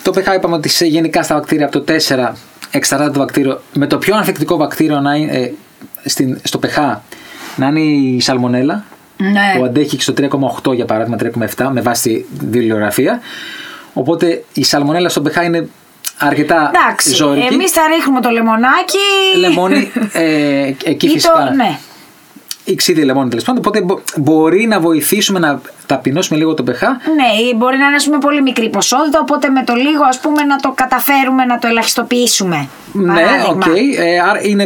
[SPEAKER 3] Το pH είπαμε ότι σε, γενικά στα βακτήρια από το 4 εξαρτάται το βακτήριο, με το πιο ανθεκτικό βακτήριο να είναι, ε, στην, στο pH να είναι η σαλμονέλα,
[SPEAKER 1] Ναι.
[SPEAKER 3] που αντέχει και στο 3,8 για παράδειγμα, 3,7 με βάση τη βιβλιογραφία. Οπότε η σαλμονέλα στο pH είναι αρκετά
[SPEAKER 1] Εντάξει,
[SPEAKER 3] ζώρικη
[SPEAKER 1] εμείς θα ρίχνουμε το λεμονάκι.
[SPEAKER 3] λεμόνι ε, εκεί
[SPEAKER 1] Ή
[SPEAKER 3] φυσικά.
[SPEAKER 1] Το, ναι.
[SPEAKER 3] Ή ξύδι λεμόνι τέλος πάντων. Οπότε μπο- μπορεί να βοηθήσουμε να ταπεινώσουμε λίγο τον pH.
[SPEAKER 1] Ναι, ή μπορεί να είναι ας πούμε, πολύ μικρή ποσότητα, οπότε με το λίγο ας πούμε, να το καταφέρουμε να το ελαχιστοποιήσουμε.
[SPEAKER 3] Ναι, οκ.
[SPEAKER 1] Παράδειγμα.
[SPEAKER 3] Ε, άρα είναι,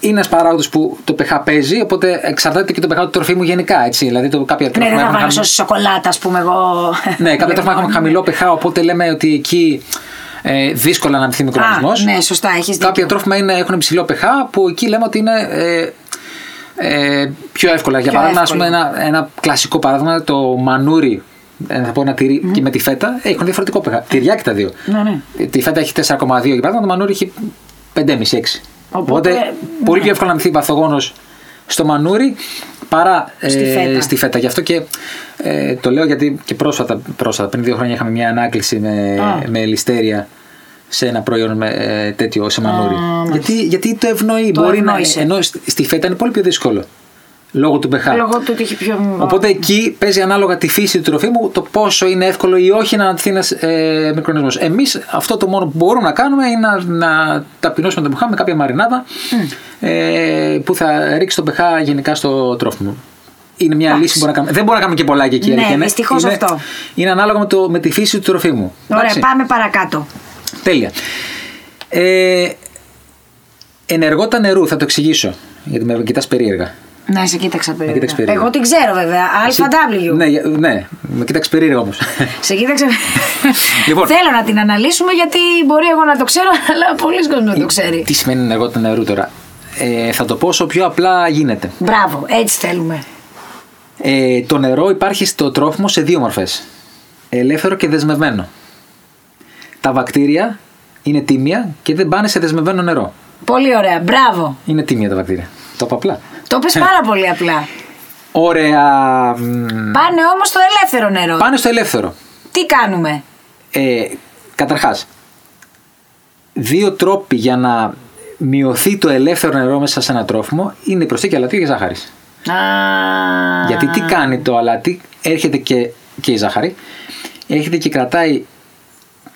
[SPEAKER 3] είναι ένας παράγοντας που το pH παίζει, οπότε εξαρτάται και το pH του τροφίμου γενικά. Έτσι. Δηλαδή το, κάποια
[SPEAKER 1] Ναι, δεν
[SPEAKER 3] τρόφιμα
[SPEAKER 1] θα
[SPEAKER 3] έχουν
[SPEAKER 1] βάλω
[SPEAKER 3] χαμη-
[SPEAKER 1] σώσει σοκολάτα, ας πούμε, εγώ.
[SPEAKER 3] Ναι, κάποια τρόφιμα έχουν χαμηλό pH, οπότε λέμε ότι εκεί ε, δύσκολα να αναπτυχθεί μικροοργανισμό.
[SPEAKER 1] Α, ναι, σωστά, έχεις δίκιο.
[SPEAKER 3] Κάποια τρόφιμα είναι, έχουν υψηλό pH που εκεί λέμε ότι είναι ε, ε, πιο εύκολα. Για
[SPEAKER 1] Πιο
[SPEAKER 3] παράδειγμα, ας
[SPEAKER 1] εύκολα.
[SPEAKER 3] πούμε, ένα, ένα κλασικό παράδειγμα, το μανούρι. ε, Θα πω ένα τυρί και με τη φέτα ε, έχουν διαφορετικό pH. Τυριά και τα δύο.
[SPEAKER 1] Ναι, ναι.
[SPEAKER 3] Ε, Τη φέτα έχει 4,2 για παράδειγμα, το μανούρι έχει 5,5-6.
[SPEAKER 1] Οπότε,
[SPEAKER 3] Οπότε,
[SPEAKER 1] ναι.
[SPEAKER 3] πολύ πιο εύκολα να μυθεί παθογόνος στο μανούρι παρά
[SPEAKER 1] Στη
[SPEAKER 3] ε,
[SPEAKER 1] φέτα.
[SPEAKER 3] στη φέτα. Γι' αυτό και ε, το λέω γιατί και πρόσφατα, πρόσφατα, πριν δύο χρόνια είχαμε μια ανάκληση με,
[SPEAKER 1] Α.
[SPEAKER 3] με ληστέρια σε ένα προϊόν με ε, τέτοιο σεμανούρι.
[SPEAKER 1] Α,
[SPEAKER 3] γιατί, γιατί το ευνοεί.
[SPEAKER 1] Το
[SPEAKER 3] μπορεί
[SPEAKER 1] ευνόησε.
[SPEAKER 3] να. Ενώ στη- στη φέτα είναι πολύ πιο δύσκολο. Λόγω του μπεχά.
[SPEAKER 1] Λόγω του ότι έχει πιο.
[SPEAKER 3] Οπότε εκεί παίζει ανάλογα τη φύση του τροφίμου το πόσο είναι εύκολο ή όχι να αναδειχθεί ένας ε, μικροοργανισμός. Εμείς αυτό το μόνο που μπορούμε να κάνουμε είναι να, να ταπεινώσουμε τον πεχά με κάποια μαρινάδα ε, που θα ρίξει τον πεχά γενικά στο τρόφιμο. Είναι μια λύση που μπορούμε να κάνουμε. Δεν μπορούμε να κάνουμε και πολλά και εκεί.
[SPEAKER 2] Ναι,
[SPEAKER 3] αλήθεια είναι.
[SPEAKER 2] δυστυχώς
[SPEAKER 3] Είναι-
[SPEAKER 2] αυτό.
[SPEAKER 3] Είναι ανάλογα με, το, με τη φύση του τροφίμου.
[SPEAKER 2] Ωραία,
[SPEAKER 3] Εντάξει.
[SPEAKER 2] πάμε παρακάτω.
[SPEAKER 3] Τέλεια. Ε, ενεργότα νερού, θα το εξηγήσω. Γιατί με κοιτάς περίεργα.
[SPEAKER 1] Να σε κοίταξα περίεργα.
[SPEAKER 3] κοίταξε περίεργα.
[SPEAKER 1] Εγώ την ξέρω βέβαια.
[SPEAKER 3] Εσύ-
[SPEAKER 1] ΑW.
[SPEAKER 3] Ναι, για- ναι, με κοίταξε περίεργα όμως.
[SPEAKER 1] Σε κοίταξε.
[SPEAKER 3] Λοιπόν.
[SPEAKER 1] Θέλω να την αναλύσουμε γιατί μπορεί εγώ να το ξέρω, αλλά πολλοί κόσμοι να το ξέρει.
[SPEAKER 3] Τι σημαίνει ενεργότητα νερού τώρα. Ε, θα το πω όσο πιο απλά γίνεται.
[SPEAKER 1] Μπράβο, έτσι θέλουμε.
[SPEAKER 3] Ε, το νερό υπάρχει στο τρόφιμο σε δύο μορφές. Ελεύθερο και δεσμευμένο. Τα βακτήρια είναι τίμια και δεν πάνε σε δεσμευμένο νερό.
[SPEAKER 1] Πολύ ωραία. Μπράβο.
[SPEAKER 3] Είναι τίμια τα βακτήρια. Το είπα απλά.
[SPEAKER 1] Το πες πάρα πολύ απλά.
[SPEAKER 3] Ναι. Ωραία. μ,
[SPEAKER 1] Πάνε όμως στο ελεύθερο νερό.
[SPEAKER 3] Πάνε στο ελεύθερο.
[SPEAKER 1] Τι κάνουμε.
[SPEAKER 3] Ε, καταρχάς, δύο τρόποι για να μειωθεί το ελεύθερο νερό μέσα σε ένα τρόφιμο είναι η προσθήκη αλατίου και ζάχαρης.
[SPEAKER 1] Α,
[SPEAKER 3] Γιατί τι κάνει το αλάτι, έρχεται και, και η ζάχαρη, έρχεται και κρατάει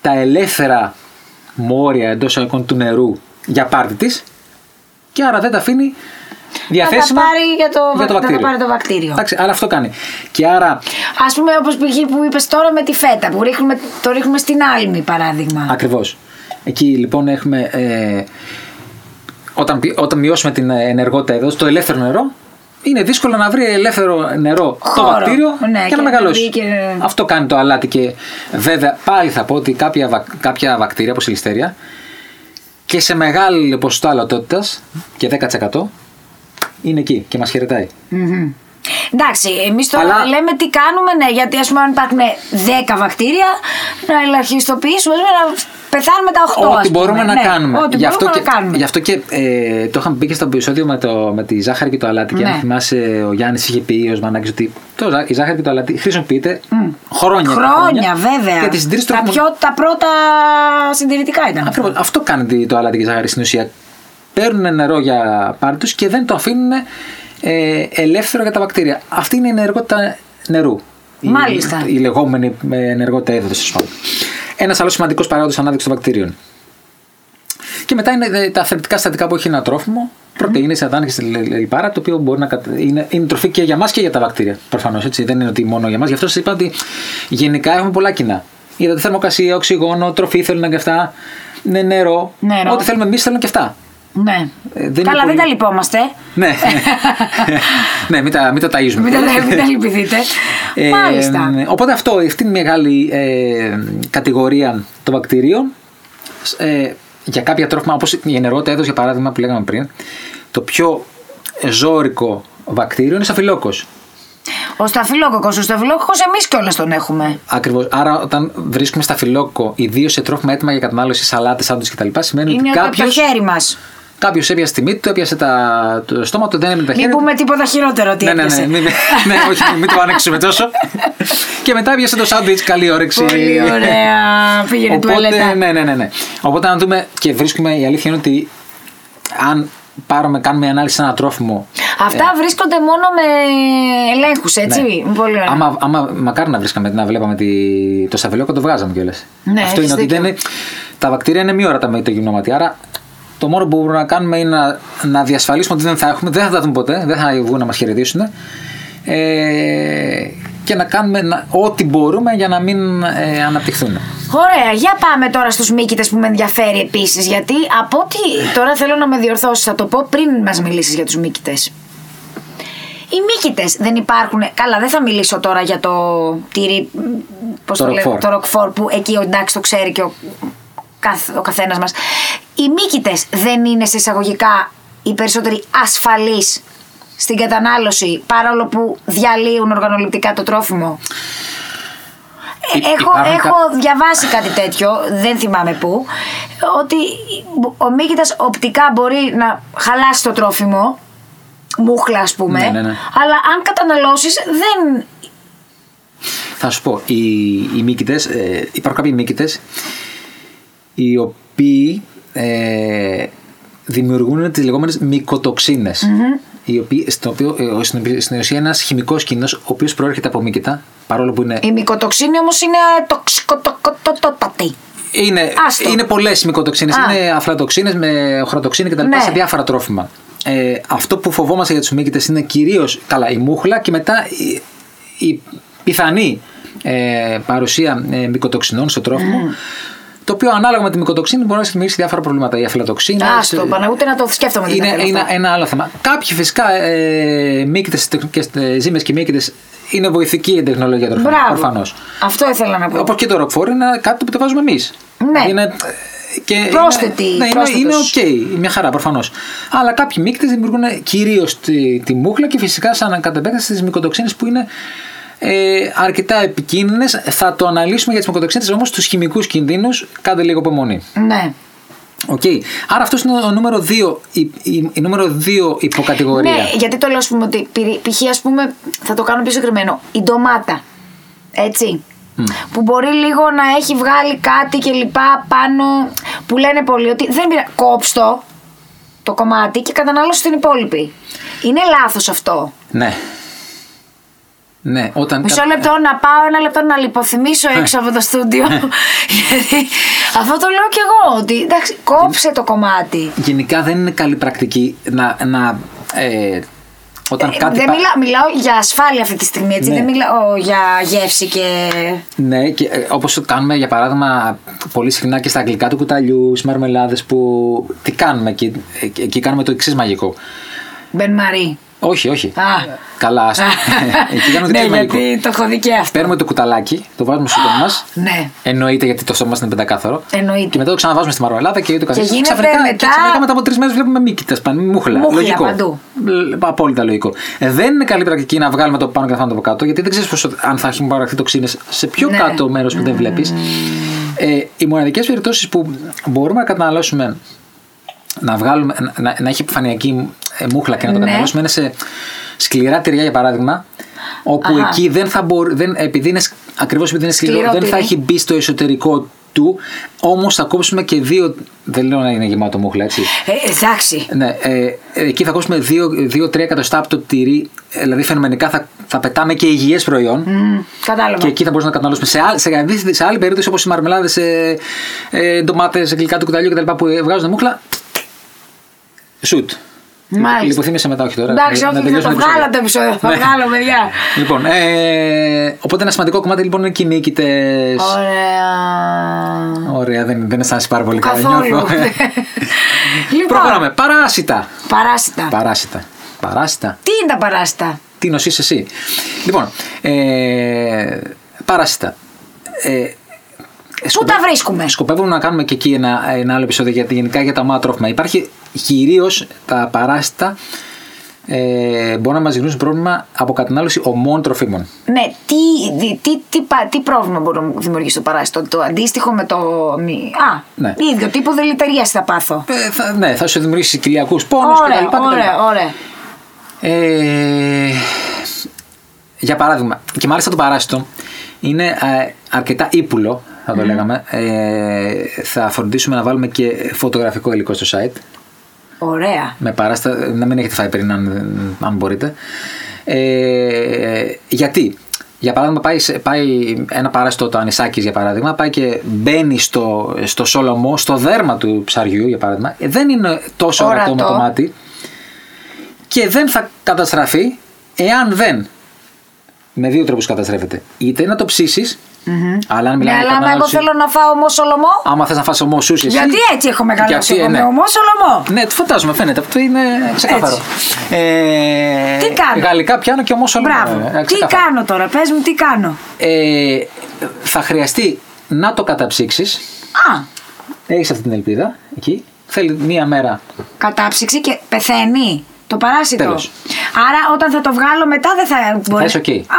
[SPEAKER 3] τα ελεύθερα μόρια εντός εικόν του νερού για πάρτι της και άρα δεν τα αφήνει διαθέσιμα
[SPEAKER 1] πάρει για το βακ- να τα πάρει το βακτήριο.
[SPEAKER 3] Εντάξει, αλλά αυτό κάνει. Και άρα
[SPEAKER 1] Ας πούμε όπως π.χ. που είπες τώρα με τη φέτα που ρίχνουμε, το ρίχνουμε στην άλμη παράδειγμα.
[SPEAKER 3] Ακριβώς. Εκεί λοιπόν έχουμε. Ε, όταν, πι- όταν μειώσουμε την ε, ενεργότητα εδώ στο ελεύθερο νερό, είναι δύσκολο να βρει ελεύθερο νερό το
[SPEAKER 1] Χώρο.
[SPEAKER 3] βακτήριο
[SPEAKER 1] Ναι,
[SPEAKER 3] και,
[SPEAKER 1] και
[SPEAKER 3] να
[SPEAKER 1] να
[SPEAKER 3] μεγαλώσει.
[SPEAKER 1] μπει και-
[SPEAKER 3] Αυτό κάνει το αλάτι και βέβαια πάλι θα πω ότι κάποια, βακ- κάποια βακτήρια όπως η ληστέρια και σε μεγάλο ποσοστό αλατότητας και 10% είναι εκεί και μας χαιρετάει.
[SPEAKER 1] Μμμ. Εντάξει, εμείς τώρα
[SPEAKER 3] Αλλά-
[SPEAKER 1] λέμε τι κάνουμε, ναι, γιατί ας πούμε, αν υπάρχουν 10 βακτήρια, να ελαχιστοποιήσουμε, ας πούμε, να πεθάνουμε τα 8.
[SPEAKER 3] Ό,τι μπορούμε να
[SPEAKER 1] ναι.
[SPEAKER 3] κάνουμε.
[SPEAKER 1] Ό,τι
[SPEAKER 3] Γι' αυτό
[SPEAKER 1] μπορούμε
[SPEAKER 3] και,
[SPEAKER 1] να κάνουμε.
[SPEAKER 3] Γι' αυτό και ε, το είχαμε πει και στο επεισόδιο με, το, με τη ζάχαρη και το αλάτι. Και
[SPEAKER 1] Ναι.
[SPEAKER 3] αν θυμάσαι, ο Γιάννης είχε πει ω μανάκι ότι το, ζά- η ζάχαρη και το αλάτι χρησιμοποιείται χρόνια. και
[SPEAKER 1] Χρόνια, βέβαια.
[SPEAKER 3] Και τις συντηρεί στο
[SPEAKER 1] τα,
[SPEAKER 3] τρόφιμο.
[SPEAKER 1] πιο, τα πρώτα συντηρητικά ήταν. αυτά.
[SPEAKER 3] Ακριβώς. Αυτό κάνει τη- το αλάτι και η ζάχαρη στην ουσία. Παίρνουν νερό για πάρτι τους και δεν το αφήνουν ε, ελεύθερο για τα βακτήρια. Αυτή είναι η ενεργότητα νερού. Η-
[SPEAKER 1] Μάλιστα.
[SPEAKER 3] Η, λεγόμενη ε, ενεργότητα έδωσης. Ένας άλλος σημαντικός παράγοντας ανάδειξης των βακτήριων. Και μετά είναι ε, τα θρεπτικά συστατικά που έχει ένα τρόφιμο. Πρωτενε, αδάνε και στη λι- λι- λιπάρα, το οποίο μπορεί να. κατα- Είναι, είναι τροφή και για μας και για τα βακτήρια. Προφανώς έτσι. Δεν είναι ότι μόνο για μας. Γι' αυτό σας είπα ότι γενικά έχουμε πολλά κοινά. Είδατε θερμοκρασία, οξυγόνο, τροφή θέλουν και αυτά. Ναι, νερό.
[SPEAKER 1] Νερό.
[SPEAKER 3] Ό,τι θέλουμε εμείς θέλουν και αυτά.
[SPEAKER 1] Ναι.
[SPEAKER 3] Ε, δεν
[SPEAKER 1] Καλά,
[SPEAKER 3] είναι
[SPEAKER 1] δεν τα
[SPEAKER 3] πολύ-
[SPEAKER 1] λυπόμαστε.
[SPEAKER 3] Ναι. ναι, μην τα, μην τα ταΐζουμε.
[SPEAKER 1] Μην τα, μην τα λυπηθείτε.
[SPEAKER 3] Ε,
[SPEAKER 1] Μάλιστα.
[SPEAKER 3] ε, Οπότε αυτό, αυτή είναι η μεγάλη ε, κατηγορία των βακτηρίων. Σ- Ε, για κάποια τρόφιμα, όπως η ενεργότητα έδωση για παράδειγμα που λέγαμε πριν, το πιο ζώρικο βακτήριο είναι σαφιλόκος.
[SPEAKER 1] Ο σταφυλόκοκος, ο σταφυλόκοκος εμείς κιόλας τον έχουμε.
[SPEAKER 3] Ακριβώς. Άρα, όταν βρίσκουμε σταφυλόκο, ιδίως σε τρόφιμα έτοιμα για κατανάλωση, σαλάτες, σάντουιτ κτλ., σημαίνει
[SPEAKER 1] Είναι
[SPEAKER 3] ότι
[SPEAKER 1] από το
[SPEAKER 3] κάποιος
[SPEAKER 1] χέρι μας.
[SPEAKER 3] κάποιος έπιασε τη μύτη του, έπιασε τα, το στόμα του, δεν έμεινε τα χέρια.
[SPEAKER 1] Μην
[SPEAKER 3] του.
[SPEAKER 1] πούμε τίποτα χειρότερο ότι
[SPEAKER 3] Ναι, ναι, ναι,
[SPEAKER 1] έπιασε.
[SPEAKER 3] μην, ναι, όχι, μην το ανέξουμε τόσο. και μετά πιάσε το σάντουιτ, καλή όρεξη.
[SPEAKER 1] Πολύ ωραία. Πήγαινε τουαλέτα.
[SPEAKER 3] Οπότε, ναι, ναι, ναι, ναι. Οπότε αν δούμε και βρίσκουμε, η αλήθεια είναι ότι αν πάρουμε, κάνουμε ανάλυση σε ένα τρόφιμο.
[SPEAKER 1] Αυτά
[SPEAKER 3] Ναι.
[SPEAKER 1] βρίσκονται μόνο με ελέγχους, έτσι. Πολύ ωραία.
[SPEAKER 3] Άμα, άμα μακάρι να βρίσκαμε, να βλέπαμε τη, το σαβελόκο, το βγάζαμε κιόλας.
[SPEAKER 1] Ναι,
[SPEAKER 3] Αυτό
[SPEAKER 1] έχεις
[SPEAKER 3] είναι ότι
[SPEAKER 1] δίκιο.
[SPEAKER 3] δεν είναι, τα βακτήρια είναι μειόρατα με το γυμνόματι. Άρα το μόνο που μπορούμε να κάνουμε είναι να, να διασφαλίσουμε ότι δεν θα έχουμε, δεν θα τα δούμε ποτέ, δεν θα βγουν να μας χαιρετήσουν. Ε, και να κάνουμε να- ό,τι μπορούμε για να μην ε, αναπτυχθούν.
[SPEAKER 1] Ωραία, για πάμε τώρα στους μήκητε που με ενδιαφέρει επίσης. Γιατί από ό,τι. Τώρα θέλω να με διορθώσεις, θα το πω πριν μας μιλήσεις για τους μήκητε. Οι μήκητε δεν υπάρχουν. Καλά, δεν θα μιλήσω τώρα για το τυρί. Πώς
[SPEAKER 3] Το
[SPEAKER 1] το, λέμε,
[SPEAKER 3] Roquefort.
[SPEAKER 1] το ροκφόρ που εκεί ο εντάξει το ξέρει και ο, καθ, ο καθένας μας. Οι μήκητε δεν είναι σε εισαγωγικά οι περισσότεροι ασφαλείς στην κατανάλωση παρόλο που διαλύουν οργανωληπτικά το τρόφιμο. Ε,
[SPEAKER 3] Υ-
[SPEAKER 1] Έχω,
[SPEAKER 3] υπάρχουν
[SPEAKER 1] έχω διαβάσει κάτι τέτοιο, δεν θυμάμαι πού, ότι ο μύκητας οπτικά μπορεί να χαλάσει το τρόφιμο, μούχλα ας πούμε,
[SPEAKER 3] Ναι, ναι, ναι.
[SPEAKER 1] αλλά αν καταναλώσεις δεν...
[SPEAKER 3] Θα σου πω, οι, οι μύκητες, ε, υπάρχουν κάποιοι μύκητες οι οποίοι οποίοι ε, δημιουργούν τις λεγόμενες μικοτοξίνες, οι οποίοι- στο οποίο, ε, στην, οποία- στην ουσία ένας χημικός κίνδυνος, ο οποίος προέρχεται από μύκητα, παρόλο που είναι
[SPEAKER 1] Η μικοτοξίνη όμως είναι τοξικοτοκοτοτατή.
[SPEAKER 3] Είναι,
[SPEAKER 1] Άστο.
[SPEAKER 3] είναι πολλές μικροτοξίνε.
[SPEAKER 1] Α.
[SPEAKER 3] Είναι αφλατοξίνε με οχροτοξίνη κτλ.
[SPEAKER 1] Ναι.
[SPEAKER 3] Σε διάφορα τρόφιμα. Ε, αυτό που φοβόμαστε για τους μύκητες είναι κυρίως καλά η μούχλα και μετά η, η πιθανή ε, παρουσία ε, μικοτοξινών στο τρόφιμο. Το οποίο ανάλογα με τη μικοτοξίνη μπορεί να σα δημιουργήσει διάφορα προβλήματα. Η αφλατοξίνη.
[SPEAKER 1] Άστο, Παναγού, ούτε να το σκέφτομαι. τι
[SPEAKER 3] Ναι, Είναι
[SPEAKER 1] να κάνω
[SPEAKER 3] ένα,
[SPEAKER 1] αυτά.
[SPEAKER 3] ένα άλλο θέμα. Κάποιοι φυσικά ε, μύκητες, ε, ζύμες και μύκητες είναι βοηθικοί η τεχνολογία τροφίμων.
[SPEAKER 1] Μπράβο.
[SPEAKER 3] Προφανώς.
[SPEAKER 1] Αυτό ήθελα να πω.
[SPEAKER 3] Όπως και το ροκφόρ είναι κάτι που το βάζουμε εμείς.
[SPEAKER 1] Ναι.
[SPEAKER 3] Είναι, ε, και
[SPEAKER 1] Πρόσθετη,
[SPEAKER 3] είναι, ναι, είναι, είναι
[SPEAKER 1] πρόσθετος.
[SPEAKER 3] οκ, μια χαρά προφανώς. Αλλά κάποιοι μίκτε δημιουργούν κυρίως τη, τη μούχλα και φυσικά σαν κατ' επέκταση τι μικοτοξίνε που είναι ε, αρκετά επικίνδυνες. Θα το αναλύσουμε για τις μικοτοξίνε, όμως τους χημικούς κινδύνους κάντε λίγο υπομονή.
[SPEAKER 1] Ναι.
[SPEAKER 3] Οκ. Άρα αυτός είναι ο νούμερο 2, η, η, η νούμερο 2 υποκατηγορία.
[SPEAKER 1] Ναι, γιατί το λέω, ας πούμε, ότι πυρη- π.χ. ας πούμε, θα το κάνω πιο συγκεκριμένο. Η ντομάτα. Έτσι. Που μπορεί λίγο να έχει βγάλει κάτι και λοιπά πάνω. Που λένε πολλοί ότι δεν πειράζει. Κόψτο το κομμάτι και κατανάλωσε την υπόλοιπη. Είναι λάθος αυτό.
[SPEAKER 3] ναι. Ναι, όταν.
[SPEAKER 1] Μισό
[SPEAKER 3] κα- Ε.
[SPEAKER 1] λεπτό να πάω, ένα λεπτό να λιποθυμίσω έξω από το στούντιο. γιατί αυτό το λέω κι εγώ. Ότι εντάξει, κόψε το κομμάτι.
[SPEAKER 3] γενικά δεν είναι καλή πρακτική να. να ε, όταν κάτι.
[SPEAKER 1] δεν
[SPEAKER 3] πα-
[SPEAKER 1] μιλά, μιλάω για ασφάλεια αυτή τη στιγμή, έτσι.
[SPEAKER 3] Ναι.
[SPEAKER 1] Δεν μιλάω για γεύση και.
[SPEAKER 3] Ναι, και ε, όπως κάνουμε για παράδειγμα πολύ συχνά και στα αγγλικά του κουταλιού, στις μαρμελάδες που. Τι κάνουμε εκεί, εκεί εκεί κάνουμε το εξής μαγικό.
[SPEAKER 1] Μπεν Μαρή.
[SPEAKER 3] Όχι, όχι.
[SPEAKER 1] Α.
[SPEAKER 3] Καλά, ας Ε, Εκεί κάνουμε το
[SPEAKER 1] ναι,
[SPEAKER 3] εξή μαγικό.
[SPEAKER 1] γιατί το έχω δει και αυτό.
[SPEAKER 3] Παίρνουμε το κουταλάκι, το βάζουμε στο στόμα μας,
[SPEAKER 1] Ναι,
[SPEAKER 3] Εννοείται γιατί το σώμα μας είναι πεντακάθαρο.
[SPEAKER 1] εννοείται.
[SPEAKER 3] Και μετά το ξαναβάζουμε στη μαρμελάδα και ούτω καθεξής.
[SPEAKER 1] γίνεται
[SPEAKER 3] ξαφνικά,
[SPEAKER 1] μετά-
[SPEAKER 3] Και ξαφνικά μετά από τρεις μέρες βλέπουμε μύκητες πάνω. Μούχλα.
[SPEAKER 1] Μούχλα
[SPEAKER 3] λογικό.
[SPEAKER 1] παντού.
[SPEAKER 3] Λ- Απόλυτα λογικό. Ε, Δεν είναι καλή πρακτική να βγάλουμε το πάνω και να φάμε το από κάτω, γιατί δεν ξέρεις αν θα έχουν παραχθεί τοξίνες σε πιο
[SPEAKER 1] Ναι.
[SPEAKER 3] κάτω μέρος που δεν βλέπεις. Ε, οι μοναδικές περιπτώσεις που μπορούμε να καταναλώσουμε να, βγάλουμε, να- να, να έχει επιφανειακή ε, μούχλα και να το
[SPEAKER 1] Ναι.
[SPEAKER 3] καταναλώσουμε είναι σε σκληρά τυριά για παράδειγμα. Όπου
[SPEAKER 1] Αχα.
[SPEAKER 3] εκεί δεν θα μπορεί, δεν, επειδή είναι, ακριβώς επειδή είναι σκληρό,
[SPEAKER 1] Σκληρό
[SPEAKER 3] δεν θα
[SPEAKER 1] τυρί.
[SPEAKER 3] έχει μπει στο εσωτερικό του. Όμως θα κόψουμε και δύο. Δεν λέω να είναι γεμάτο μούχλα, έτσι.
[SPEAKER 1] Ε, εντάξει.
[SPEAKER 3] Ναι, ε, εκεί θα κόψουμε 2-3 εκατοστά από το τυρί. ε, Δηλαδή φαινομενικά θα, θα πετάμε και υγιές προϊόν.
[SPEAKER 1] Μμμ, κατάλαβα.
[SPEAKER 3] Και εκεί θα μπορούσαμε να καταναλώσουμε. Σε, άλλη- σε, αντίθετη- σε άλλη περίπτωση όπως οι μαρμελάδες, ε, ε, ντομάτες, γλυκά του κουταλιού κτλ. που ε, βγάζουν μούχλα. Σουτ.
[SPEAKER 1] Μάλιστα.
[SPEAKER 3] Λοιπόν, θύμισε μετά, όχι τώρα.
[SPEAKER 1] Εντάξει,
[SPEAKER 3] να-
[SPEAKER 1] όχι,
[SPEAKER 3] να
[SPEAKER 1] θα το
[SPEAKER 3] τελειώσουμε
[SPEAKER 1] βγάλω το επεισόδιο. Θα
[SPEAKER 3] Ναι.
[SPEAKER 1] βγάλω, παιδιά.
[SPEAKER 3] Λοιπόν, ε, οπότε ένα σημαντικό κομμάτι λοιπόν είναι και οι νίκητε.
[SPEAKER 1] Ωραία.
[SPEAKER 3] Ωραία, δεν, δεν αισθάνεσαι πάρα πολύ καλά.
[SPEAKER 1] Καθόλου.
[SPEAKER 3] νιώθω.
[SPEAKER 1] λοιπόν,
[SPEAKER 3] Προχωράμε. Παράσιτα.
[SPEAKER 1] Παράσιτα.
[SPEAKER 3] Παράσιτα. Παράσιτα.
[SPEAKER 1] Τι είναι τα παράσιτα.
[SPEAKER 3] Τι νοσείς εσύ. Λοιπόν, ε, παράσιτα. Ε,
[SPEAKER 1] Πού τα βρίσκουμε.
[SPEAKER 3] Σκοπεύουμε να κάνουμε και εκεί ένα, ένα άλλο επεισόδιο γιατί γενικά για τα ομά τρόφιμα. Υπάρχει κυρίως τα παράσιτα ε, μπορούν να μας δημιουργήσουν πρόβλημα από κατανάλωση ομών τροφίμων.
[SPEAKER 1] Ναι, τι, τι, τι, τι, πα- τι πρόβλημα μπορεί να μου δημιουργήσει το παράσιτο. Το αντίστοιχο με το. μη- Α,
[SPEAKER 3] Ναι.
[SPEAKER 1] ίδιο τύπο δηλητηρίαση θα πάθω.
[SPEAKER 3] Ε, θα, ναι, θα σου δημιουργήσει κοιλιακούς πόνους
[SPEAKER 1] Ωραία,
[SPEAKER 3] κτλ.
[SPEAKER 1] ωραία, ωραία.
[SPEAKER 3] Ε, για παράδειγμα, και μάλιστα το παράσιτο είναι ε, αρκετά ύπουλο, θα το λέγαμε. Ε, θα φροντίσουμε να βάλουμε και φωτογραφικό υλικό στο site.
[SPEAKER 1] Ωραία.
[SPEAKER 3] Με παράστα, να μην έχετε φάει πριν, αν, αν μπορείτε. Ε, γιατί, για παράδειγμα, πάει, σε- πάει ένα παράστο το Ανισάκης, για παράδειγμα, πάει και μπαίνει στο, στο σόλωμό, στο δέρμα του ψαριού, για παράδειγμα. Ε, Δεν είναι τόσο
[SPEAKER 1] Ορατό.
[SPEAKER 3] ορατό με το μάτι. Και δεν θα καταστραφεί εάν δεν. Με δύο τρόπους καταστρέφεται. Είτε να το ψησει αλλά αν
[SPEAKER 1] Ναι,
[SPEAKER 3] μιλάμε για
[SPEAKER 1] αλλά άμα εγώ
[SPEAKER 3] κατανάλωση-
[SPEAKER 1] θέλω να φάω όμω σολομό.
[SPEAKER 3] Άμα θες να φας ομό σούσι. εσύ-
[SPEAKER 1] Γιατί έτσι έχω μεγαλώσει.
[SPEAKER 3] Γιατί,
[SPEAKER 1] Εγώ
[SPEAKER 3] ε,
[SPEAKER 1] με
[SPEAKER 3] ναι.
[SPEAKER 1] ομό σολομό.
[SPEAKER 3] Ναι, το φαντάζομαι, φαίνεται. Αυτό είναι ξεκάθαρο. Ε,
[SPEAKER 1] Τι κάνω?
[SPEAKER 3] Γαλλικά πιάνω και όμω όλα. ναι,
[SPEAKER 1] Μπράβο. Τι κάνω τώρα, πες μου τι κάνω.
[SPEAKER 3] Ε, θα χρειαστεί να το καταψύξεις.
[SPEAKER 1] Α,
[SPEAKER 3] Έχεις αυτή την ελπίδα εκεί. Θέλει μία μέρα.
[SPEAKER 1] κατάψυξη και πεθαίνει το παράσιτο.
[SPEAKER 3] Τέλος.
[SPEAKER 1] Άρα όταν θα το βγάλω μετά δεν θα μπορεί.
[SPEAKER 3] είσαι οκ.
[SPEAKER 1] Α,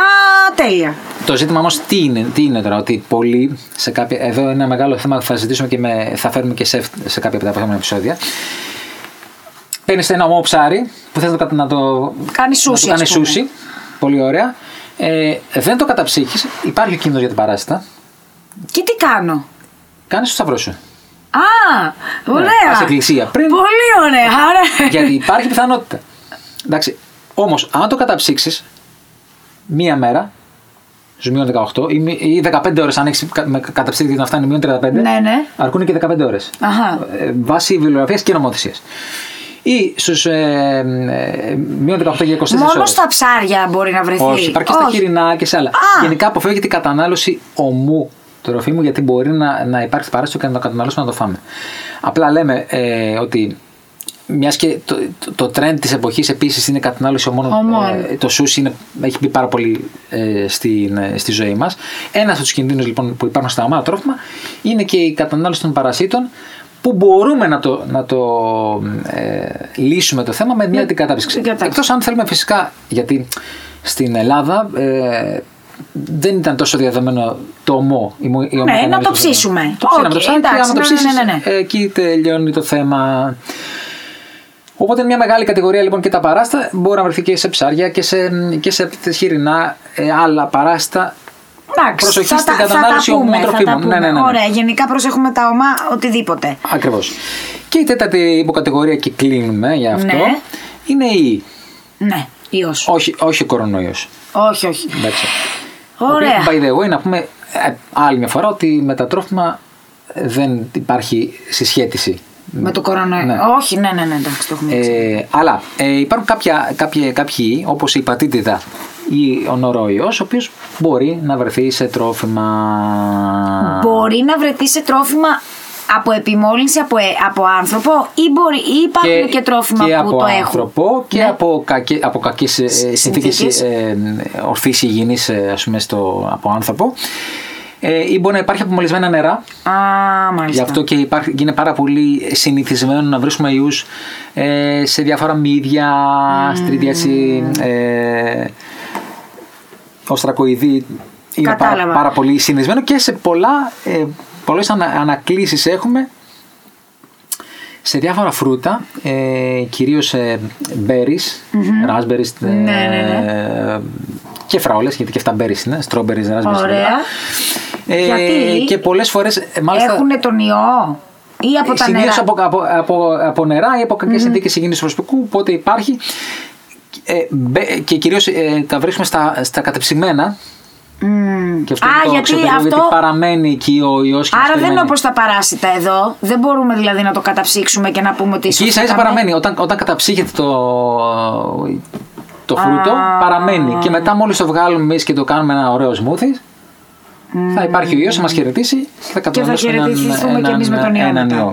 [SPEAKER 1] τέλεια.
[SPEAKER 3] Το ζήτημα όμως τι είναι, τι είναι τώρα, ότι πολλοί σε κάποια. Εδώ είναι ένα μεγάλο θέμα που θα συζητήσουμε και με, θα φέρουμε και σε, σε κάποια από τα επόμενα επεισόδια. Παίρνεις ένα ομό ψάρι που θέλει να το, να το
[SPEAKER 1] Κάνει σούσι,
[SPEAKER 3] Να το
[SPEAKER 1] ας
[SPEAKER 3] κάνει
[SPEAKER 1] πούμε.
[SPEAKER 3] σούσι. Πολύ ωραία. Ε, δεν το καταψύχεις. Υπάρχει ο κίνδυνος για την παράσιτα.
[SPEAKER 1] Και τι κάνω.
[SPEAKER 3] Κάνεις το σταυρό σου.
[SPEAKER 1] Α, ωραία.
[SPEAKER 3] πας Ναι, εκκλησία πριν.
[SPEAKER 1] Πολύ ωραία, άρα.
[SPEAKER 3] Γιατί υπάρχει πιθανότητα. Εντάξει. Όμως, αν το καταψύξεις μία μέρα, σου μείον 18 ή μη- ή 15 ώρες, αν έχεις καταψύξει να φτάνει μείον 35,
[SPEAKER 1] Ναι, ναι.
[SPEAKER 3] αρκούν και 15 ώρες.
[SPEAKER 1] Αχα.
[SPEAKER 3] Βάσει βιβλιογραφίας και νομοθεσίας. Ή στους ε, ε, μείον 18 και 24
[SPEAKER 1] Μόνος
[SPEAKER 3] ώρες.
[SPEAKER 1] στα ψάρια μπορεί να βρεθεί.
[SPEAKER 3] Όχι, υπάρχει και στα χοιρινά και σε άλλα.
[SPEAKER 1] Α.
[SPEAKER 3] Γενικά αποφεύγεται η κατανάλωση ομού τροφίμου γιατί μπορεί να, να υπάρξει παράσταση και να το καταναλώσουμε να το φάμε. Απλά λέμε ε, ότι μιας και το, το, το trend της εποχής επίσης είναι η κατανάλωση ομών,
[SPEAKER 1] Ομών.
[SPEAKER 3] ε, το σούσι είναι, έχει μπει πάρα πολύ ε, στην, ε, στη ζωή μας. Ένας από τους κινδύνους λοιπόν που υπάρχουν στα ομά τρόφιμα είναι και η κατανάλωση των παρασίτων που μπορούμε να το, να το ε, λύσουμε το θέμα με μια αντικατάψυξη.
[SPEAKER 1] Ναι. την κατάψυξη.
[SPEAKER 3] Εκτός αν θέλουμε φυσικά, γιατί στην Ελλάδα ε, δεν ήταν τόσο διαδεδομένο το ομό. Η, ομο- η ομοκατανάλωση
[SPEAKER 1] Ναι, να το
[SPEAKER 3] των ζώων.
[SPEAKER 1] ψήσουμε.
[SPEAKER 3] Το ψήναμε
[SPEAKER 1] Οκ,
[SPEAKER 3] το ψάρι και
[SPEAKER 1] εντάξει,
[SPEAKER 3] άμα το
[SPEAKER 1] ναι, ναι,
[SPEAKER 3] ψήσεις,
[SPEAKER 1] ναι, ναι, ναι.
[SPEAKER 3] εκεί τελειώνει το θέμα. Οπότε είναι μια μεγάλη κατηγορία λοιπόν και τα παράστα μπορεί να βρεθεί και σε ψάρια και σε, και σε χοιρινά ε, άλλα παράστα.
[SPEAKER 1] Εντάξει,
[SPEAKER 3] Προσοχή
[SPEAKER 1] θα
[SPEAKER 3] στην
[SPEAKER 1] τα- θα τα
[SPEAKER 3] κατανάλωση
[SPEAKER 1] πούμε,
[SPEAKER 3] ομού
[SPEAKER 1] θα τα
[SPEAKER 3] τροφίμων.
[SPEAKER 1] πούμε.
[SPEAKER 3] Ναι, ναι, ναι.
[SPEAKER 1] Ωραία, γενικά προσέχουμε τα ομά οτιδήποτε.
[SPEAKER 3] Ακριβώς. Και η τέταρτη υποκατηγορία και κλείνουμε για αυτό.
[SPEAKER 1] Ναι.
[SPEAKER 3] Είναι η.
[SPEAKER 1] Ναι, ιός.
[SPEAKER 3] Όχι, όχι ο κορονοϊός.
[SPEAKER 1] Όχι, όχι.
[SPEAKER 3] Εντάξει.
[SPEAKER 1] Ωραία.
[SPEAKER 3] By the way, να πούμε ε, άλλη μια φορά ότι με τα τρόφιμα ε, δεν υπάρχει συσχέτιση.
[SPEAKER 1] Με το κορονοϊό.
[SPEAKER 3] Ναι.
[SPEAKER 1] Όχι, ναι, ναι, ναι, εντάξει, το έχουμε πει.
[SPEAKER 3] Ε, αλλά ε, υπάρχουν κάποια, κάποια, κάποιοι, όπως η πατήτιδα ή ο νοροϊός, ο οποίος μπορεί να βρεθεί σε τρόφιμα.
[SPEAKER 1] Μπορεί να βρεθεί σε τρόφιμα από επιμόλυνση από, ε- από άνθρωπο ή, μπορεί, ή υπάρχουν και, τρόφιμα
[SPEAKER 3] και
[SPEAKER 1] που
[SPEAKER 3] από
[SPEAKER 1] το έχουν. Ναι.
[SPEAKER 3] άνθρωπο και από, κακέ, από κακές ε, συνθήκες
[SPEAKER 1] συνθήκες.
[SPEAKER 3] ε, ορθής υγιεινής ε, ας πούμε, στο, από άνθρωπο ε, ή μπορεί να υπάρχει από μολυσμένα νερά
[SPEAKER 1] Α, μάλιστα.
[SPEAKER 3] Γι' αυτό και υπάρχει, και είναι πάρα πολύ συνηθισμένο να βρίσκουμε ιούς ε, σε διάφορα μύδια, στρίδια έτσι, ε, οστρακοειδή. Είναι πάρα,
[SPEAKER 1] Κατάλαβα.
[SPEAKER 3] πάρα πολύ συνηθισμένο και σε πολλά, ε, πολλές ανα, ανακλήσεις έχουμε σε διάφορα φρούτα, ε, κυρίως ε, berries, raspberries ε,
[SPEAKER 1] Ναι, ναι,
[SPEAKER 3] και φράουλες, γιατί και αυτά berries είναι, strawberries, raspberries.
[SPEAKER 1] Ωραία.
[SPEAKER 3] Ε,
[SPEAKER 1] Γιατί
[SPEAKER 3] και πολλές φορές, ε, μάλιστα,
[SPEAKER 1] Έχουν τον ιό ή από τα νερά.
[SPEAKER 3] Συνήθως από, από, από, από νερά ή από κακές mm. συνθήκες υγιεινής προσωπικού, οπότε υπάρχει. Ε, μπε- και κυρίως ε, τα βρίσκουμε στα, στα κατεψημένα.
[SPEAKER 1] Μμμ.
[SPEAKER 3] Και αυτό
[SPEAKER 1] Α,
[SPEAKER 3] είναι το
[SPEAKER 1] γιατί
[SPEAKER 3] ξεπερνάμε,
[SPEAKER 1] αυτό.
[SPEAKER 3] γιατί παραμένει εκεί ο ιός και μας
[SPEAKER 1] Άρα δεν
[SPEAKER 3] περιμένει.
[SPEAKER 1] είναι όπως τα παράσιτα εδώ. Δεν μπορούμε δηλαδή να το καταψύξουμε και να πούμε ότι.
[SPEAKER 3] Και ίσα ίσα
[SPEAKER 1] σωθήκαμε.
[SPEAKER 3] παραμένει. Όταν, όταν καταψύχεται το, το φρούτο, παραμένει. Και μετά, μόλις το βγάλουμε εμείς και το κάνουμε ένα ωραίο σμούθι, θα υπάρχει ο ιό, θα μας χαιρετήσει και
[SPEAKER 1] Και θα
[SPEAKER 3] θα καταναλώσουμε έναν-
[SPEAKER 1] χαιρετηθούμε κι εμείς με
[SPEAKER 3] έναν-
[SPEAKER 1] τον ιό.
[SPEAKER 3] έναν
[SPEAKER 1] μετά.
[SPEAKER 3] ιό.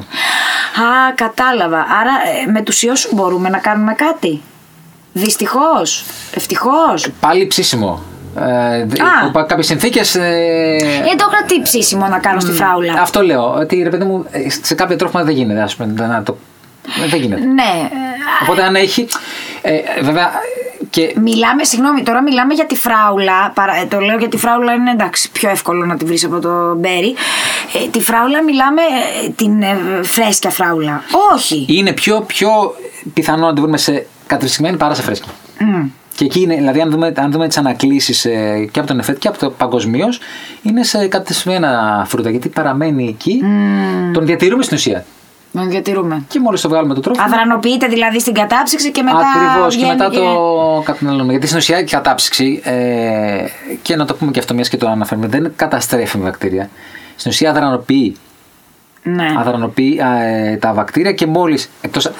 [SPEAKER 1] Α, κατάλαβα. Άρα ε, με τους ιού μπορούμε να κάνουμε κάτι. Δυστυχώς. Ευτυχώς.
[SPEAKER 3] Πάλι ψήσιμο. Ε,
[SPEAKER 1] Α.
[SPEAKER 3] Κάποιες συνθήκες.
[SPEAKER 1] Ε, το είχα τι ψήσιμο να κάνω στη φράουλα.
[SPEAKER 3] Αυτό λέω. Ότι ρε παιδί μου, ε, σε κάποια τρόφιμα δεν γίνεται. Ας πούμε, να το... ε, Δεν γίνεται.
[SPEAKER 1] Ναι.
[SPEAKER 3] Οπότε αν έχει. ε, ε, βέβαια. Και
[SPEAKER 1] Ε, Μιλάμε, συγγνώμη, τώρα μιλάμε για τη φράουλα. παρα- ε, Το λέω γιατί η φράουλα είναι εντάξει, πιο εύκολο να τη βρεις από το μπέρι. Ε, τη φράουλα μιλάμε ε, την ε, φρέσκια φράουλα. Όχι.
[SPEAKER 3] είναι πιο, πιο πιθανό να τη βρούμε σε κατρυσκημένη παρά σε φρέσκη.
[SPEAKER 1] Μμ.
[SPEAKER 3] Και εκεί είναι, δηλαδή, αν δούμε, αν δούμε τις ανακλήσεις και από τον ΕΦΕΤ και από το παγκοσμίως, είναι σε κατεστημένα φρούτα. Γιατί παραμένει εκεί, τον διατηρούμε στην ουσία.
[SPEAKER 1] Να διατηρούμε.
[SPEAKER 3] Και μόλις το βγάλουμε το τρόφιμο,
[SPEAKER 1] Αδρανοποιείται δηλαδή στην κατάψυξη και μετά.
[SPEAKER 3] Ακριβώς και
[SPEAKER 1] βγαίνει
[SPEAKER 3] μετά το καταναλώνουμε. Γιατί στην ουσία η κατάψυξη, ε, και να το πούμε και αυτό μιας και το αναφέρουμε, δεν καταστρέφει με βακτήρια. Στην ουσία αδρανοποιεί,
[SPEAKER 1] Ναι.
[SPEAKER 3] αδρανοποιεί ε, τα βακτήρια και μόλις.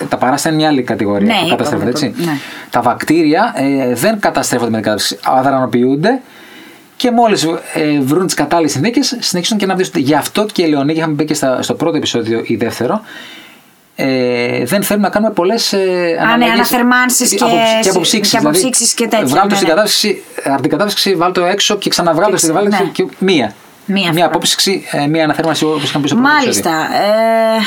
[SPEAKER 3] Τα παράστα είναι μια άλλη κατηγορία
[SPEAKER 1] Ναι,
[SPEAKER 3] που
[SPEAKER 1] είπαμε
[SPEAKER 3] καταστρέφονται,
[SPEAKER 1] το-
[SPEAKER 3] έτσι.
[SPEAKER 1] ναι.
[SPEAKER 3] Τα βακτήρια ε, δεν καταστρέφονται με την κατάψυξη, αδρανοποιούνται και μόλις ε, βρουν τις κατάλληλες συνθήκες συνεχίζουν και να αναπτύσσονται. Γι' αυτό και Λεωνίκη, είχαμε πει και στα- στο πρώτο επεισόδιο ή δεύτερο, ε, δεν θέλουμε να κάνουμε πολλές ε,
[SPEAKER 1] Α, ναι,
[SPEAKER 3] αναλλαγές.
[SPEAKER 1] αναθερμάνσεις και-
[SPEAKER 3] Αποψ- και αποψύξεις.
[SPEAKER 1] και
[SPEAKER 3] δηλαδή,
[SPEAKER 1] αποψύξεις και τέτοια,
[SPEAKER 3] Βγάλ' το
[SPEAKER 1] ναι,
[SPEAKER 3] στην
[SPEAKER 1] ναι.
[SPEAKER 3] κατάψυξη, από την κατάψυξη, βάλ' το έξω και ξαναβγάλ' το
[SPEAKER 1] Και
[SPEAKER 3] στην
[SPEAKER 1] ξε-
[SPEAKER 3] κατάψυξη
[SPEAKER 1] ναι.
[SPEAKER 3] και μία.
[SPEAKER 1] Μία
[SPEAKER 3] μία
[SPEAKER 1] φορά.
[SPEAKER 3] απόψυξη, ε, μία αναθέρμανση όπως είχαμε πει στο πρώτο επεισόδιο.
[SPEAKER 1] Μάλιστα. Ε,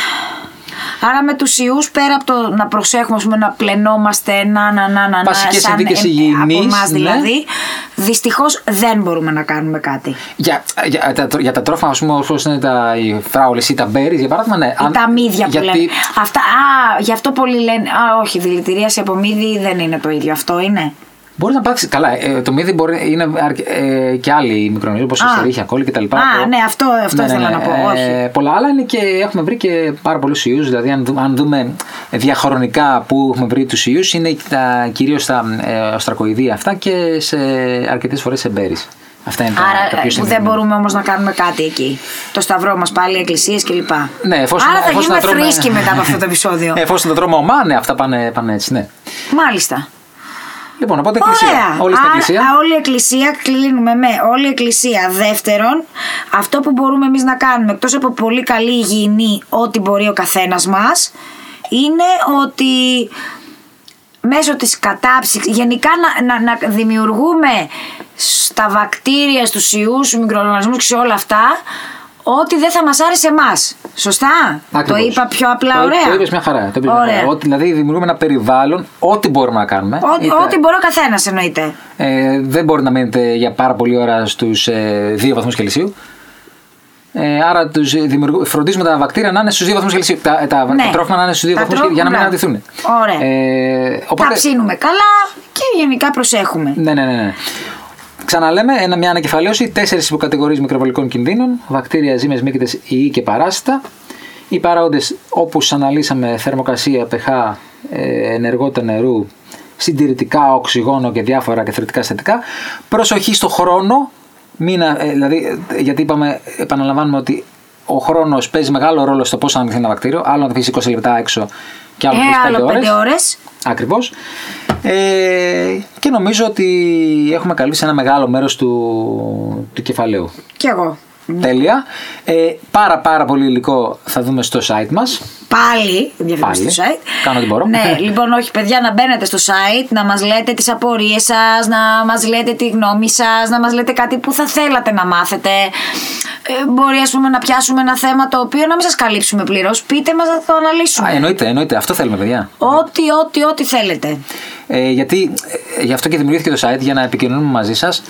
[SPEAKER 1] άρα με τους ιούς πέρα από το να προσέχουμε ας πούμε, να πλενόμαστε, να να να να, να
[SPEAKER 3] Βασικές συνθήκες
[SPEAKER 1] ε,
[SPEAKER 3] υγιεινής,
[SPEAKER 1] από εμάς
[SPEAKER 3] ναι.
[SPEAKER 1] δηλαδή, δυστυχώς δεν μπορούμε να κάνουμε κάτι.
[SPEAKER 3] Για, για, ε, τα, για τα τρόφιμα, ας πούμε, όπω είναι τα οι φράουλες ή τα μπέρις, για παράδειγμα, ναι.
[SPEAKER 1] Ή τα μύδια που
[SPEAKER 3] γιατί,
[SPEAKER 1] λένε. Αυτά, α, γι' αυτό πολλοί λένε, α, όχι, δηλητηρίαση από μύδι δεν είναι το ίδιο. Αυτό είναι.
[SPEAKER 3] Μπορεί να πάθεις. Καλά, ε, το μύδι μπορεί, είναι αρκε- ε, και άλλοι μικρονομίε, όπως η
[SPEAKER 1] Α.
[SPEAKER 3] στερίχια, κόλλη κτλ.
[SPEAKER 1] Α, ναι, αυτό, αυτό
[SPEAKER 3] Ναι, ναι,
[SPEAKER 1] ήθελα
[SPEAKER 3] ναι.
[SPEAKER 1] να πω. όχι.
[SPEAKER 3] Ε, πολλά άλλα είναι και έχουμε βρει και πάρα πολλούς ιούς. Δηλαδή, αν, δου- αν δούμε διαχρονικά που έχουμε βρει τους ιούς, είναι τα, κυρίως τα ε, οστρακοειδή αυτά και σε αρκετές φορές σε μπέρις. Αυτά Ναι, είναι τα- τα,
[SPEAKER 1] Άρα ε,
[SPEAKER 3] πιο
[SPEAKER 1] που δεν
[SPEAKER 3] συνηθισμένα.
[SPEAKER 1] μπορούμε όμως να κάνουμε κάτι εκεί. Το σταυρό μας πάλι, εκκλησίες κλπ.
[SPEAKER 3] Ναι, εφόσον,
[SPEAKER 1] Άρα θα
[SPEAKER 3] εφόσον
[SPEAKER 1] γίνουμε
[SPEAKER 3] τα τρώμε-
[SPEAKER 1] θρήσκοι μετά από αυτό το επεισόδιο.
[SPEAKER 3] Ε, εφόσον τα τρώμε ομά, ναι, αυτά πάνε, πάνε έτσι, ναι.
[SPEAKER 1] Μάλιστα.
[SPEAKER 3] Λοιπόν, οπότε εκκλησία.
[SPEAKER 1] Ωραία.
[SPEAKER 3] Όλοι στην
[SPEAKER 1] Άρα,
[SPEAKER 3] εκκλησία.
[SPEAKER 1] α, όλη η εκκλησία κλείνουμε με όλη η εκκλησία. Δεύτερον, αυτό που μπορούμε εμείς να κάνουμε εκτός από πολύ καλή υγιεινή, ό,τι μπορεί ο καθένας μας, είναι ότι μέσω της κατάψυξης, γενικά να, να, να δημιουργούμε στα βακτήρια, στους ιούς, στους μικροοργανισμούς και σε όλα αυτά, ό,τι δεν θα μας άρεσε εμάς. Σωστά?
[SPEAKER 3] Ακριβώς.
[SPEAKER 1] Το είπα πιο απλά,
[SPEAKER 3] το,
[SPEAKER 1] ωραία.
[SPEAKER 3] Το είπες μια χαρά. Το είπες μια
[SPEAKER 1] Ωραία.
[SPEAKER 3] χαρά. Ότι, δηλαδή, δημιουργούμε ένα περιβάλλον, ό,τι μπορούμε να κάνουμε.
[SPEAKER 1] Ό,τι-
[SPEAKER 3] Είτε-
[SPEAKER 1] Ό,τι μπορεί ο καθένας εννοείται.
[SPEAKER 3] Ε, δεν μπορεί να μένετε για πάρα πολλή ώρα στους ε, 2 βαθμούς Κελσίου. Ε, άρα τους δημιουργού- φροντίζουμε τα βακτήρια να είναι στους 2 βαθμούς Κελσίου. Τα, τα,
[SPEAKER 1] Ναι.
[SPEAKER 3] τα τρόφιμα να είναι στους 2
[SPEAKER 1] Τα
[SPEAKER 3] βαθμούς για να μην
[SPEAKER 1] τρόφιμα.
[SPEAKER 3] αναδυθούν.
[SPEAKER 1] Ωραία.
[SPEAKER 3] Ε,
[SPEAKER 1] Τα ψήνουμε καλά και γενικά προσέχουμε.
[SPEAKER 3] ναι, ναι, ναι, ναι. Ξαναλέμε, ένα, μια ανακεφαλαίωση, τέσσερις υποκατηγορίες μικροβολικών κινδύνων, βακτήρια, ζύμες, μύκητες, ιοί και παράσιτα. Οι παράγοντες, όπως αναλύσαμε, θερμοκρασία, pH, ε, ενεργότητα νερού, συντηρητικά, οξυγόνο και διάφορα καθρεπτικά συστατικά. Προσοχή στο χρόνο, μην, α- ε, δηλαδή, ε, γιατί είπαμε, επαναλαμβάνουμε ότι ο χρόνος παίζει μεγάλο ρόλο στο πόσο αναδειχθεί ένα βακτήριο. Άλλο να το αφήσει 20 λεπτά έξω και άλλο να το
[SPEAKER 1] Ε,
[SPEAKER 3] αφήσει
[SPEAKER 1] άλλο
[SPEAKER 3] 5
[SPEAKER 1] πέντε
[SPEAKER 3] ώρες.
[SPEAKER 1] ώρες.
[SPEAKER 3] Ακριβώς. Ε, και νομίζω ότι έχουμε καλύψει ένα μεγάλο μέρος του, του κεφαλαίου.
[SPEAKER 1] Κι εγώ.
[SPEAKER 3] Τέλεια. Ε, πάρα πάρα πολύ υλικό θα δούμε στο site μας.
[SPEAKER 1] Πάλι, διαφήμιση
[SPEAKER 3] Πάλι.
[SPEAKER 1] στο site.
[SPEAKER 3] Κάνω ό,τι μπορώ.
[SPEAKER 1] Ναι, λοιπόν, όχι, παιδιά, να μπαίνετε στο site, να μας λέτε τις απορίες σας, να μας λέτε τη γνώμη σας, να μας λέτε κάτι που θα θέλατε να μάθετε. Ε, μπορεί, ας πούμε, να πιάσουμε ένα θέμα το οποίο να μην σας καλύψουμε πλήρως. Πείτε μας να το αναλύσουμε.
[SPEAKER 3] Α, ε, ναι. εννοείται, εννοείται. Αυτό θέλουμε, παιδιά.
[SPEAKER 1] Ό,τι, ό,τι, ό,τι θέλετε.
[SPEAKER 3] Ε, γιατί ε, γι' αυτό και δημιουργήθηκε το site για να επικοινωνούμε μαζί σας.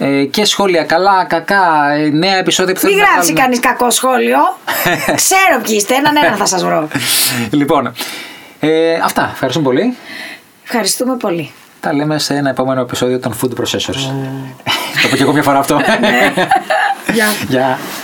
[SPEAKER 3] Ε, και σχόλια καλά, κακά, ε, νέα επεισόδια που
[SPEAKER 1] Μην
[SPEAKER 3] θέλουμε να
[SPEAKER 1] γράψει
[SPEAKER 3] βγάλουμε.
[SPEAKER 1] κανείς κακό σχόλιο. Ξέρω ποιοι είστε, έναν ένα θα σας βρω.
[SPEAKER 3] λοιπόν, ε, αυτά. Ευχαριστούμε πολύ.
[SPEAKER 1] Ευχαριστούμε πολύ.
[SPEAKER 3] Τα λέμε σε ένα επόμενο
[SPEAKER 1] Ναι.
[SPEAKER 3] επεισόδιο των Food Processors. το πω και εγώ μια φορά αυτό.
[SPEAKER 1] Γεια.
[SPEAKER 3] Γεια.